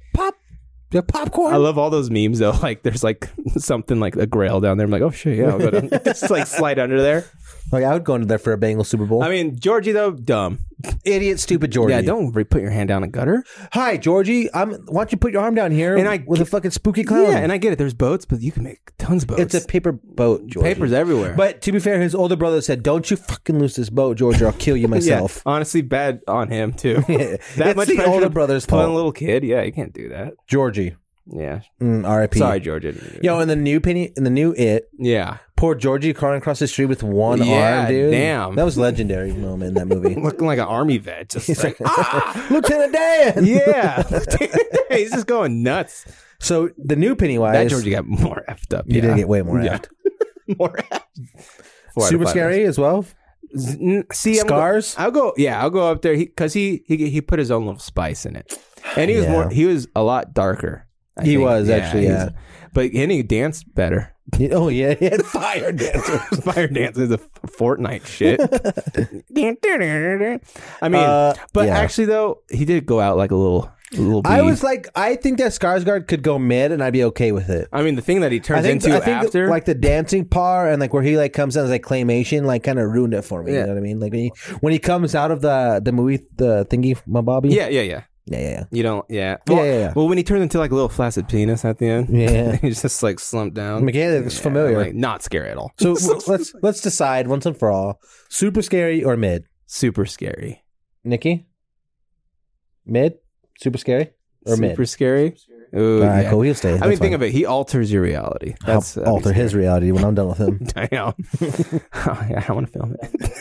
The popcorn. I love all those memes though. Like, there's like something like a grail down there. I'm like, oh shit, yeah, I'll go down. just like slide under there. like I would go into there for a Bengal Super Bowl. I mean, Georgie though, dumb. idiot, stupid Georgie. Yeah, don't re- put your hand down a gutter. Hi, Georgie. I'm. Why don't you put your arm down here? And I- with a fucking spooky clown. Yeah, and I get it. There's boats, but you can make tons of boats. it's a paper boat, Georgie. papers everywhere. But to be fair, his older brother said, "Don't you fucking lose this boat, George, or I'll kill you Yeah, myself." honestly, bad on him too. that It's the pressure older to brother's put on fault. a little kid. Yeah, you can't do that. Georgie, Yeah, mm, R.I.P. sorry, Georgia. Yo, in the new penny, in the new it, yeah, poor Georgie crawling across the street with one Yeah, arm, dude. damn. that was legendary moment in that movie. looking like an army vet. Just like, ah, Lieutenant Dan. yeah. He's just going nuts. So the new Pennywise, That Georgia got more effed up. he yeah. did get way more Yeah. apt. more effed. Four out of Super five. scary as well. N- See, Scars? I'm go, I'll go. Yeah, I'll go up there because he, he he put his own little spice in it, and he was Yeah. more. He was a lot darker. I He was, actually, he's- yeah. but and he danced better. Oh yeah, he had fire dancer. Fire dance is a Fortnite shit. I mean, Uh, but yeah. actually though, he did go out like a little, a little. Bee. I was like, I think that Skarsgård could go mid, and I'd be okay with it. I mean, the thing that he I turns think, into I think after, like the dancing part and like where he like comes out as like claymation like kind of ruined it for me. You Yeah. know what I mean? Like when he, when he comes out of the the movie the thingy my Bobby. yeah, yeah, yeah. yeah, yeah. You don't, yeah. Yeah, Well, yeah, yeah. well, when he turns into like a little flaccid penis at the end, Yeah. he's just like slumped yeah. down. Michaela looks familiar. Like, not scary at all. so w- let's let's decide once and for all: super scary or mid? super scary Nikki, mid, super scary or super mid? scary. Ooh, All right, yeah. cool. He'll stay. I mean, think of it. He alters your reality. I'll That's that'd be alter his reality when I'm done with him. scary. Damn. Oh, I don't want to film it.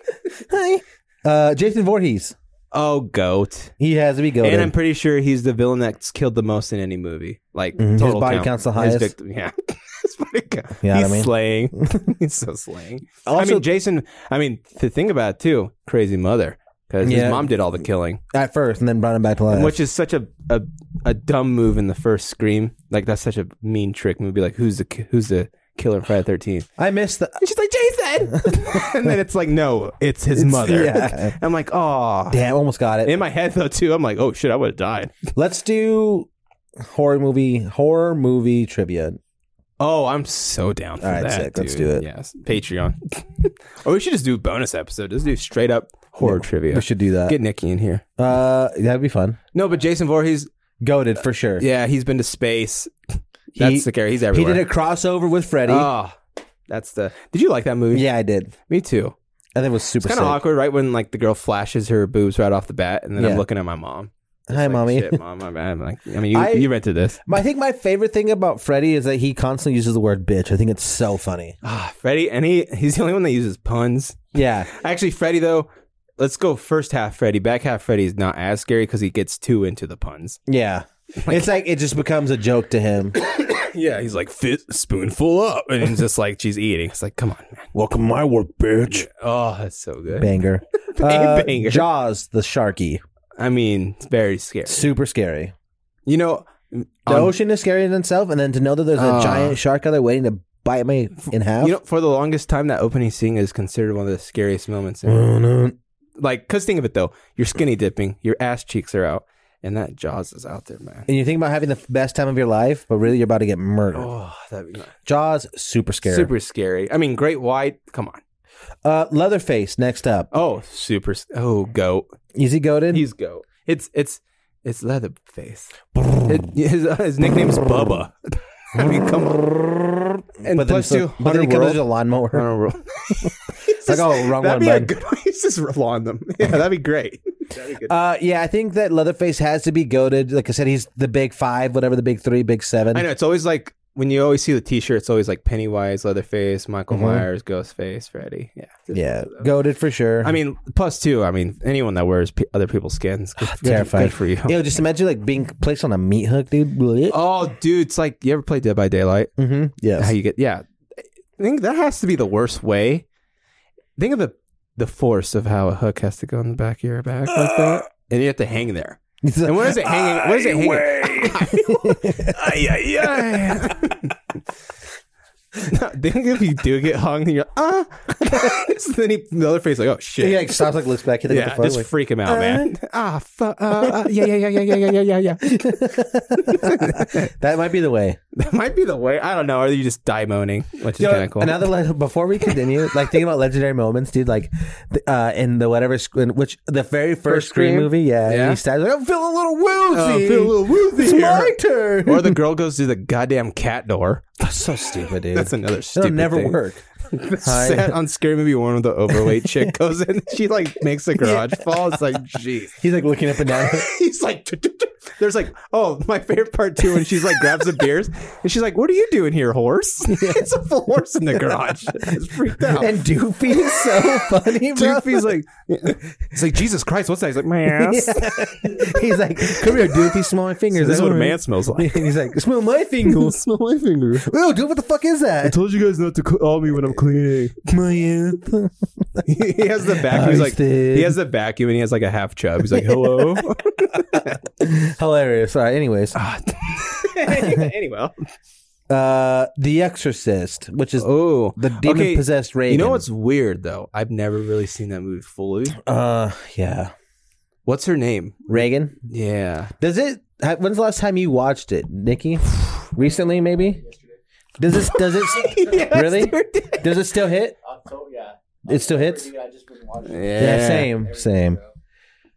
Hi, uh, Jason Voorhees. Oh, goat. He has to be goaded. And I'm pretty sure he's the villain that's killed the most in any movie. Like Mhm. His total body count. count's the His highest. victim- yeah. His body count. You know what he's I mean? slaying. he's so slaying. I Also- mean, Jason. I mean, to think about it too, crazy mother because Yeah. his mom did all the killing, At first, and then brought him back to life. which is such a, a a dumb move in the first Scream. Like that's such a mean trick movie. Like who's the ki- who's the killer in Friday Thirteenth? I missed the. And she's like, Jason! and then it's like, no, it's his mother. yeah. I'm like, oh. Damn, almost got it. In my head, though, too, I'm like, oh, shit, I would have died. Let's do horror movie horror movie trivia. Oh, I'm so down for All right, that. sick. Let's dude. do it. Yes. Patreon. or we should just do a bonus episode. Just do straight up horror trivia. We should do that. Get Nikki in here. Uh, that'd be fun. No, but Jason Voorhees, Goaded for sure. yeah, he's been to space. That's the character. He's everywhere. He did a crossover with Freddy. Oh, that's the. Did you like that movie? yeah, I did. Me too. I think it was super It's kind sick. of awkward, right? When like the girl flashes her boobs right off the bat, and then Yeah. I'm looking at my mom. Hi, Like, mommy. Shit, mom. I'm, I'm like, I mean, you, I- you rented this. My- I think my favorite thing about Freddy is that he constantly uses the word bitch. I think it's so funny. Ah, Freddy, and he he's the only one that uses puns. Yeah. Actually, Freddy though, let's go first half Freddy. Back half Freddy is not as scary because he gets too into the puns. Yeah. it's like it just becomes a joke to him. Yeah, he's like fit spoonful up, and he's just like she's eating. It's like, come on, man. Welcome my world, bitch. Oh, that's so good. Banger. Uh, Bang- banger. Jaws the Sharky. I mean, it's very scary. Super scary. You know, The on- ocean is scary in itself, and then to know that there's a Um, Uh. giant shark out there waiting to bite me in half. you know, for the longest time, that opening scene is considered one of the scariest moments. In, Like, cause think of it though, you're skinny dipping, your ass cheeks are out, and that Jaws is out there, man. and you think about having the f- best time of your life, but really you're about to get murdered. Oh, that'd be Jaws, super scary. super scary. I mean, Great White, come on. Uh, Leatherface, next up. Oh, super. s- Oh, goat. Is he goaded? He's goat. It's it's it's Leatherface. It, his, uh, his nickname's Bubba. I mean, come on. And but then, plus so, two, but then he Hunter comes World. with a lawnmower. Hunter World. It's like, oh, wrong one, that'd be a bud. good one. He's just roll on them. Yeah, that'd be great. Uh, yeah, I think that Leatherface has to be goaded. Like I said, he's the big five, whatever the big three, big seven. I know it's always like when you always see the T-shirt, it's always like Pennywise, Leatherface, Michael Mhm. Myers, Ghostface, Freddy. Yeah, Yeah, goaded for sure. I mean, plus two. I mean, anyone that wears pe other people's skins, good, good- Ah, terrifying. good for you. Yo, just imagine like being placed on a meat hook, dude. Blech. Oh, dude, it's like you ever play Dead by Daylight? Mm-hmm. How Yes. you get? Yeah, I think that has to be the worst way. Think of the the force of how a hook has to go in the back of your back like that, Ah! and you have to hang there. And what is it hanging? What is it hanging? Ay, ay, ay. No, think if you do get hung, and you're ah. so then he, the other face like, oh shit. He like stops, like looks back. He like, Yeah, what the fuck? just Like, freak him out, man. Ah, fu- uh, uh, yeah, yeah, yeah, yeah, yeah, yeah, yeah, yeah. that might be the way. That might be the way. I don't know. Or you just die moaning, which is Yo, kind of cool. Another le- before we continue, like thinking about legendary moments, dude. Like th- uh, in the whatever, sc- in which the very first, Scream Scream? movie, yeah, Yeah. he starts like I'm feeling a little woozy. Oh, feel a little woozy It's here. my turn. or the girl goes through the goddamn cat door. That's so stupid, dude. That's another It'll stupid never thing. work. Hi. Sat on Scary Movie One with the overweight chick goes in. She like makes the garage fall. It's like, jeez. He's like looking up and down. He's like, there's like, oh, my favorite part too when she's like grabs the beers and she's like, what are you doing here, horse? it's a full horse in the garage. It's freaked out. and Doofy is so funny, bro. Doofy's like, it's like Jesus Christ, what's that? He's like, my ass. He's like, come here, Doofy, smell my fingers. This is what a Don't worry. man smells like. And he's like, smell my fingers. Smell my finger. Oh, dude, what the fuck is that? told you guys not to call me when I'm cleaning. My aunt. he has the vacuum. He's like, Hoisted. he has the vacuum, and he has like a half chub. He's like, hello. Hilarious. All right, anyways. Ah. anyway, Uh, The Exorcist, which is oh, the demon possessed Reagan. You know what's weird though? I've never really seen that movie fully. Uh, yeah. What's her name? Reagan. Yeah, Does it? ha- When's the last time you watched it, Nikki? Recently, maybe. Does it? Does it? really? Does it still hit? October, yeah. It still hits. Dude, I just been watching. Yeah, same, same.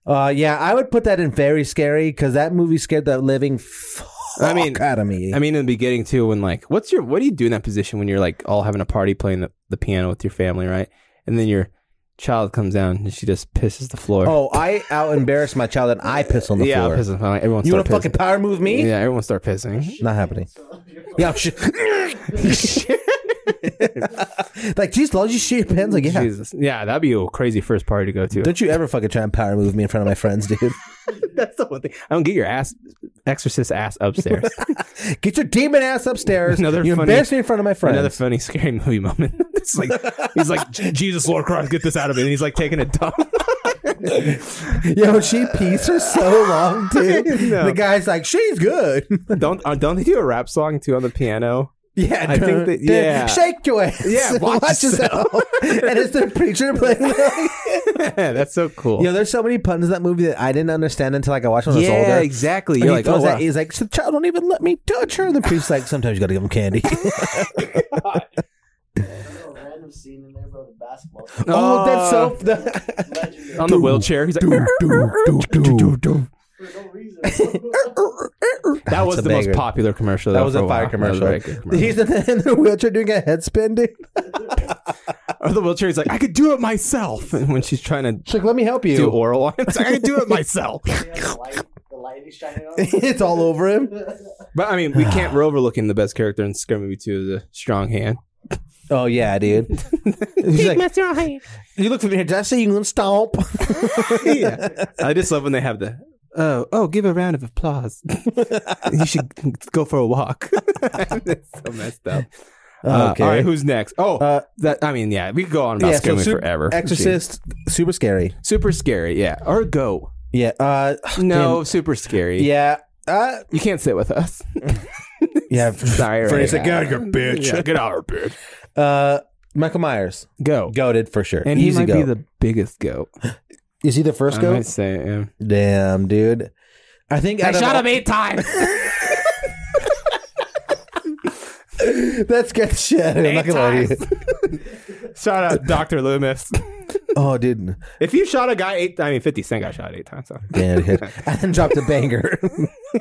Uh, yeah, I would put that in very scary because that movie scared the living fuck I mean- out of me. I mean, in the beginning too, when like, what's your, what do you do in that position when you're like all having a party playing the, the piano with your family, right? And then your child comes down and she just pisses the floor. oh, I out embarrassed my child and I piss on the yeah, floor. pisses the floor. Everyone You start want to fucking pissing. power move me? Yeah, everyone start pissing. Not happening. Yeah, sh- like, geez, Lord, you shit your pants. Like, yeah. Jesus. Yeah, that'd be a crazy first party to go to. Don't you ever fucking try and power move me in front of my friends, dude. That's the one thing. I don't get your ass, exorcist ass upstairs. Get your demon ass upstairs. Another you funny- embarrass me in front of my friends. Another funny scary movie moment. It's like he's like Jesus Lord Christ, get this out of me. And he's like taking a dump. Yo, she pees for so long, dude. No. The guy's like, she's good. don't uh, don't they do a rap song too on the piano? Yeah, I think that- dude, yeah. Shake your ass. Yeah, watch yourself. and it's the preacher playing. Like, That's so cool. you know, there's so many puns in that movie that I didn't understand until like I watched when I was older. exactly. And You're he like, throws oh, that- wow. he's like, the child won't even let me touch her. And the priest's like, sometimes you gotta give him candy. There's a random scene in there, bro. The basketball. oh, that's so. Legendary. Uh, on the wheelchair. He's like, For no reason. that was a the banger. most popular commercial. that though, was for a fire while. That was commercial. very good commercial. He's in the, in the wheelchair doing a head spin, dude. Or the wheelchair. He's like, I could do it myself. And when she's trying to She's like, let me help do you. oral on, it's like, I could do it myself. Yeah, the light, the light is shining on. it. it's all over him. But I mean, we can't. We're overlooking the best character in Scary Movie Two, the strong hand. Oh, yeah, dude. He's like, you look from here. Did I say you can stomp? yeah. I just love when they have the Oh, oh, give a round of applause. you should go for a walk. That's so messed up. Uh, Okay. all right, who's next? Oh, Uh, that I mean, yeah, we could go on about yeah, so screaming Sup- forever. Exorcist, super scary. super scary, yeah, or go. Yeah. Uh, No, super scary. yeah. Uh, you can't sit with us. yeah. Sorry, right Freddie's like, now. "Get out of here, bitch." Yeah, get out of here, bitch. Uh, Michael Myers, Go. goaded for sure. And he Easy might go. be the biggest goat. Is he the first I goat? might say him. Damn, dude. I think out of all- eight times. That scared the shit. out of me, I'm not gonna lie to you. Shout out Dr. Loomis. Oh, dude. If you shot a guy eight, I mean, 50 Cent got shot eight times. So. Damn, dude. I then dropped a banger.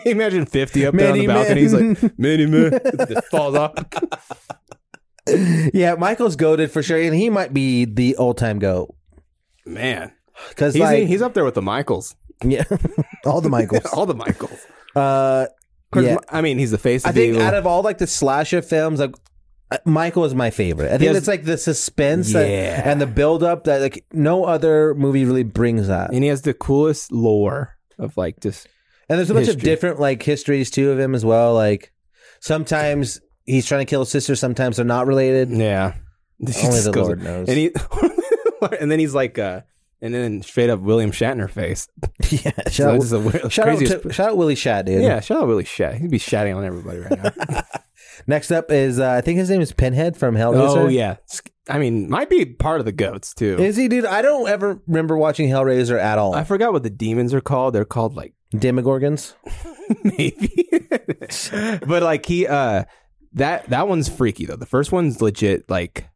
Imagine 50 up there on Many the balcony. He's like, many man. just falls off. yeah, Michael's goaded for sure, and he might be the all time goat. Man. Because He's, like, he's up there with the Michaels. yeah, all the Michaels. All the Michaels. Uh, 'Cause Yeah. Mi- I mean, he's the face of I think evil. out of all like the slasher films, like uh, Michael is my favorite. I think has- it's like the suspense that- Yeah. and the build up that like no other movie really brings that. and he has the coolest lore of like just. And there's a bunch of History. different like histories too of him as well. Like sometimes he's trying to kill his sister, sometimes they're not related. Yeah. Only the Lord knows. And, he, and then he's like, uh, and then straight up William Shatner face. yeah, So shout this is the weird- out, shout out, craziest- to, shout out Willie Shat, dude. Yeah, shout out Willie Shat. He'd be shatting on everybody right now. Next up is uh, I think his name is Pinhead from Hellraiser. Oh yeah, Sk- I mean, might be part of the goats too. Is he, dude? I don't ever remember watching Hellraiser at all. I forgot what the demons are called. They're called like Demogorgons. maybe, but like he uh that that one's freaky though. The first one's legit like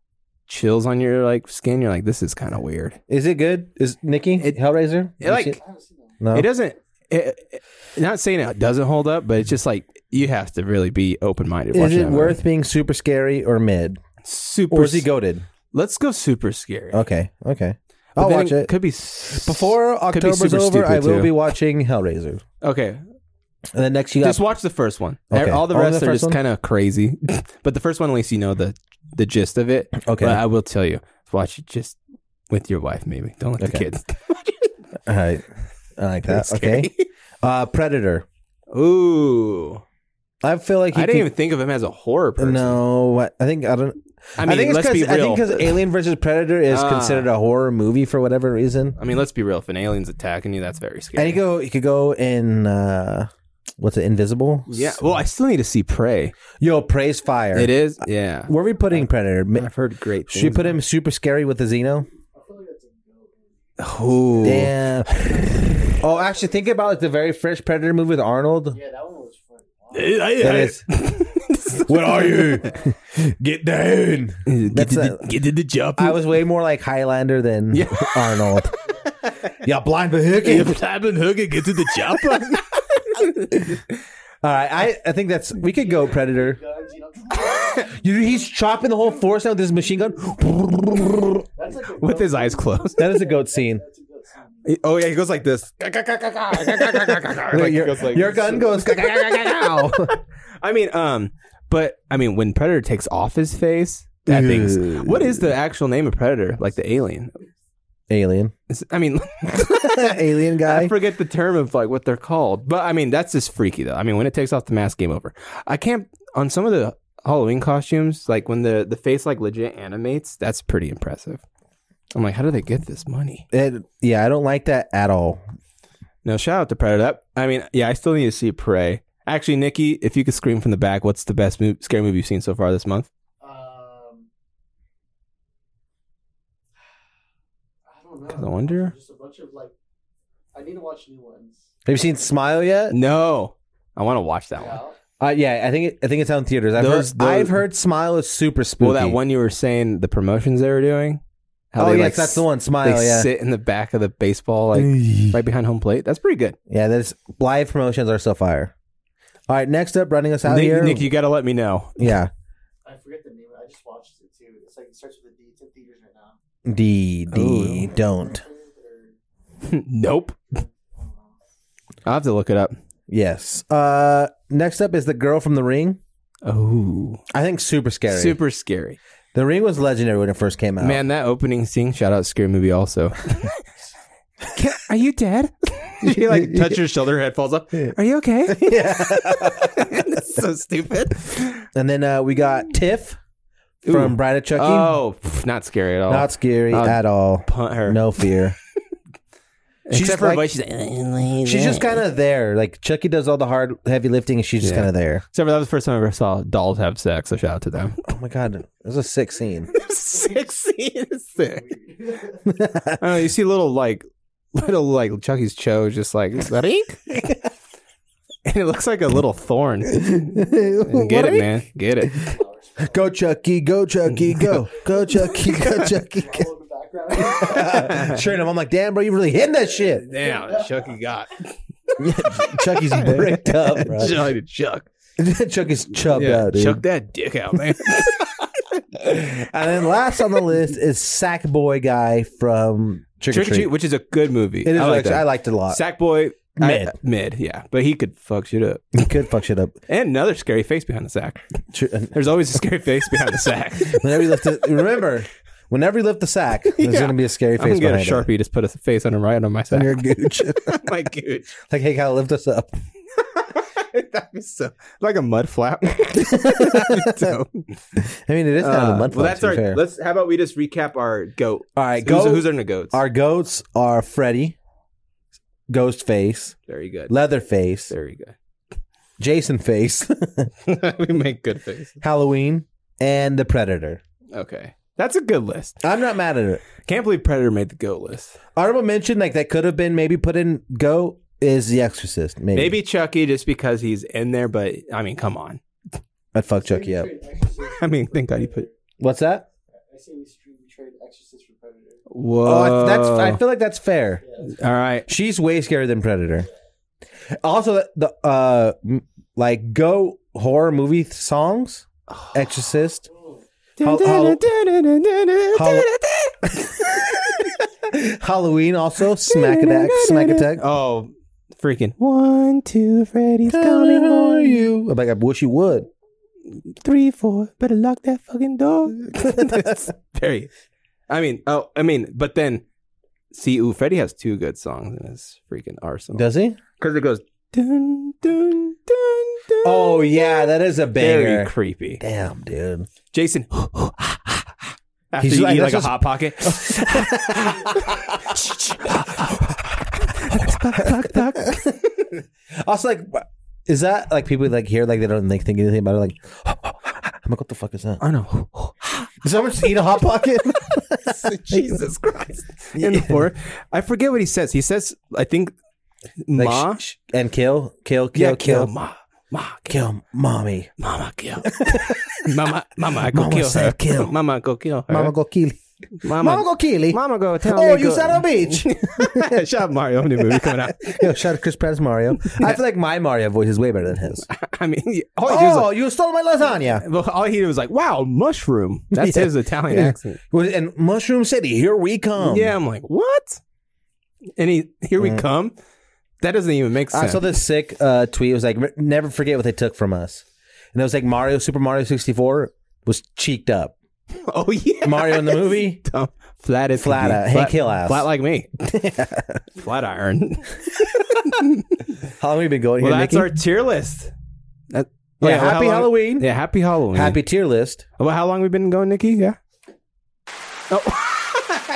chills on your like skin. You're like, this is kind of weird. Is it good? Is Nikki It- Hellraiser? it, like- Is it- I haven't seen that. no. It doesn't. It, it- not saying it doesn't hold up, but it's just like you have to really be open minded. Is it worth being super scary or mid? super? Or is he sc- goaded? Let's go super scary. Okay, okay. But I'll then watch it. Could be s- Before could be October's super over, stupid, I will too. be watching Hellraiser. Okay, And then next you got Just watch the first one. Okay. All the Only rest the are first one? just kind of crazy, but the first one at least you know the the gist of it. Okay. But I will tell you, watch it just with your wife. Maybe don't let the Okay. kids. All right. I like that. Okay. Scary. Uh, Predator. Ooh. I feel like he I didn't could- even think of him as a horror person. No, I- I think I don't. I mean, think it's let's be real. I think because Alien versus Predator is Ah. considered a horror movie for whatever reason. I mean, let's be real. If an alien's attacking you, that's very scary. And you go, you could go in. Uh, what's it? Invisible. yeah. Well, I still need to see Prey. Yo, praise fire. It is. Yeah. Where are we putting Predator? Ma- I've heard great. Should we things put him super scary with the Xeno? I feel like that's a Damn. about- Ooh. goat. oh, actually, think about like the very first Predator movie with Arnold. Yeah, that one was fun. Wow. That is. Where are you? Get down. Get That's to, a- the, get to the job. I was way more like Highlander than Yeah. Arnold. yeah, blind vehicle. If Simon Hooker gets to the chopper. All right, I, I think that's we could go Predator. Guns, you know? You, he's chopping the whole forest out with his machine gun. That's like a With goat. his eyes closed. That is a goat scene. That's a goat scene. Oh yeah, he goes like this. your, your gun goes. I mean, um, but I mean, when Predator takes off his face, that thing's. What is the actual name of Predator? Like the alien? Alien, It's- I mean, alien I guy. forget the term of like what they're called, but I mean that's just freaky though. I mean, when it takes off the mask, game over. I can't on some of the Halloween costumes, like when the the face like legit animates, that's pretty impressive. I'm like, how do they get this money? It, yeah, I don't like that at all. No, shout out to Predator. That- I mean, yeah, I still need to see Prey. Actually, Nikki, if you could scream from the back, what's the best mo- scary movie you've seen so far this month? Um, I don't know. Kinda wonder. Just a bunch of like, I need to watch new ones. Have you seen Smile yet? No, I want to watch that one. Yeah. Uh, yeah, I think it, I think it's out in theaters. I've, Those- heard, those- I've heard Smile is super spooky. Well, that one you were saying the promotions they were doing. Oh they, yes, like, that's the one. s- They Smile. Yeah, sit in the back of the baseball, like right behind home plate. That's pretty good. yeah. That's live promotions are so fire. All right, next up, running us out Nick, here. Nick, you got to let me know. yeah, I forget the name. of it. I just watched it too. It's like it starts with a D. It's in theaters right now. D D Ooh. don't. nope. I'll have to look it up. Yes. Uh, next up is the girl from the Ring. Oh, I think super scary. super scary. The Ring was legendary when it first came Oh. out. Man, that opening scene, shout out Scary Movie also. Can- are you dead? she like touched her shoulder, her head falls off. Are you okay? That's so stupid. And then uh, we got Tiff from Ooh. Bride of Chucky. Oh, Uh, pff, not scary at all. Not scary I'll at all. punt her. No fear. She's She's Except for her like- voice, she's like, She's just kind of there. Like Chucky does all the hard, heavy lifting, and she's just Yeah. kind of there. Except for that was the first time I ever saw dolls have sex. So shout out to them. Oh my god, it was a sick scene. Six sick. I don't know, you see little like little like Chucky's cho just like "Zink." and it looks like a little thorn. Get it, man. Get it. Go Chucky, go Chucky, go, go Chucky, go Chucky. go. All in the background. Sure enough, I'm like, damn, bro, you really hitting that shit. Damn, Chucky got Chucky's bricked up, bro. Johnny Chuck. Chucky's chubbed Yeah, out, dude. chuck that dick out, man. And then last on the list is Sackboy Guy from Trick or Trick or Treat, Treat. which is a good movie. It is I I, like I that. liked it a lot. Sackboy I- uh, Mid. mid, yeah, but he could fuck shit up. He could fuck shit up. And another scary face behind the sack. Tr- uh, There's always a scary face behind the sack. Whenever you lift, the, remember, whenever you lift the sack, there's Yeah. gonna be a scary I'm face gonna get a behind it. sharpie, just put a face on him right on my On sack. your gooch. my gooch. like, hey, gotta lift us up. That'd be so like a mud flap. That'd be dope. I mean, it is kind of a Uh, month. well, that's our. fair. Let's. How about we just recap our goat? All right, Who's, go. who's in the goats? Our goats are Freddy, Ghostface, Very good. Leatherface, Very good. Jason Face, we make good faces. Halloween, and the Predator. Okay, that's a good list. I'm not mad at it. Can't believe Predator made the goat list. Honorable mention, like that could have been maybe put in go is The Exorcist. Maybe, Maybe Chucky, just because he's in there. But I mean, come on. I'd fuck Chucky up. I mean, thank God you put. What's that? I say we stream trade Exorcist for Predator. Whoa. Oh, I, that's. I feel like that's fair. All right. She's way scarier than Predator. Also, the, the uh, m- like go horror movie th- songs, Exorcist, Hol- Hol- Halloween, also Smack Attack, Smack Attack. Oh, freaking one, two, Freddy's coming How for are you. you? I'm like, I wish you would. Three, four, better lock that fucking door. That's very. I mean, oh, I mean, but then, see, ooh, Freddy has two good songs in his freaking arsenal. Does he? because it goes dun dun dun dun. Oh yeah, that is a very banger. creepy. Damn, dude. Jason. After He's you like- eat like a that's hot pocket. Also, like, is that like people like hear like they don't like think anything about it? Like, I'm like, what the fuck is that? I know. Does someone just eat a hot pocket? Jesus Christ. In the forest. I forget what he says. He says, I think, Like, ma. sh- sh- and kill, kill, kill, yeah, kill. kill, Ma. Ma. Kill. kill, mommy. Mama, kill. mama, mama, go Mama kill her. said kill. Mama, go kill her. Mama go kill. mama, Mama go kill. Mama, go tell me. Oh, you go- son of a bitch! Shut up, Mario. New movie coming out. Yo, shout out Chris Pratt's Mario. I feel like my Mario voice is way better than his. I mean, yeah, all he, did was Oh, you stole my lasagna! like, well, all he did was like, wow, mushroom. That's Yeah. his Italian Yeah. accent. And Mushroom City, here we come. yeah, I'm like, what? And he, here Mm. we come. That doesn't even make I sense. saw this sick uh, tweet. It was like, never forget what they took from us. And it was like Mario, Super Mario 64 was cheeked up. oh, yeah. Mario in the movie, Dumb. Flat as Flat can out. be. Hey, kill ass. Flat like me. flat iron. how long have we been going Well, here, that's Nikki? our tier list. That- Yeah, well, how happy long- Halloween. Yeah, happy Halloween. Happy tier list. Well, how long we been going, Nikki? Yeah.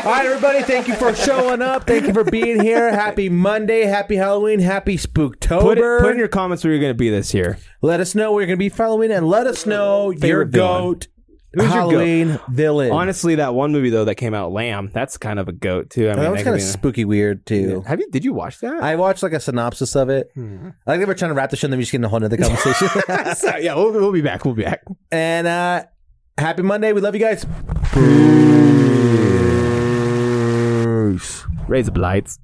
All right, everybody, thank you for showing up. Thank you for being here. Happy Monday. Happy Halloween. Happy Spooktober. Put, it, put in your comments where you're going to be this year. let us know where you're going to be following and let us know your Favorite villain. goat Who's your goat? Halloween villain. Honestly, that one movie though that came out, Lamb, that's kind of a goat too. I mean, that was could kind of be- spooky weird, too. Have you? Did you watch that? I watched like a synopsis of it. I think they were trying to wrap the show and then we just get in a whole nother conversation. So, yeah, we'll, we'll be back. We'll be back. and uh, happy Monday. We love you guys. Raise the lights.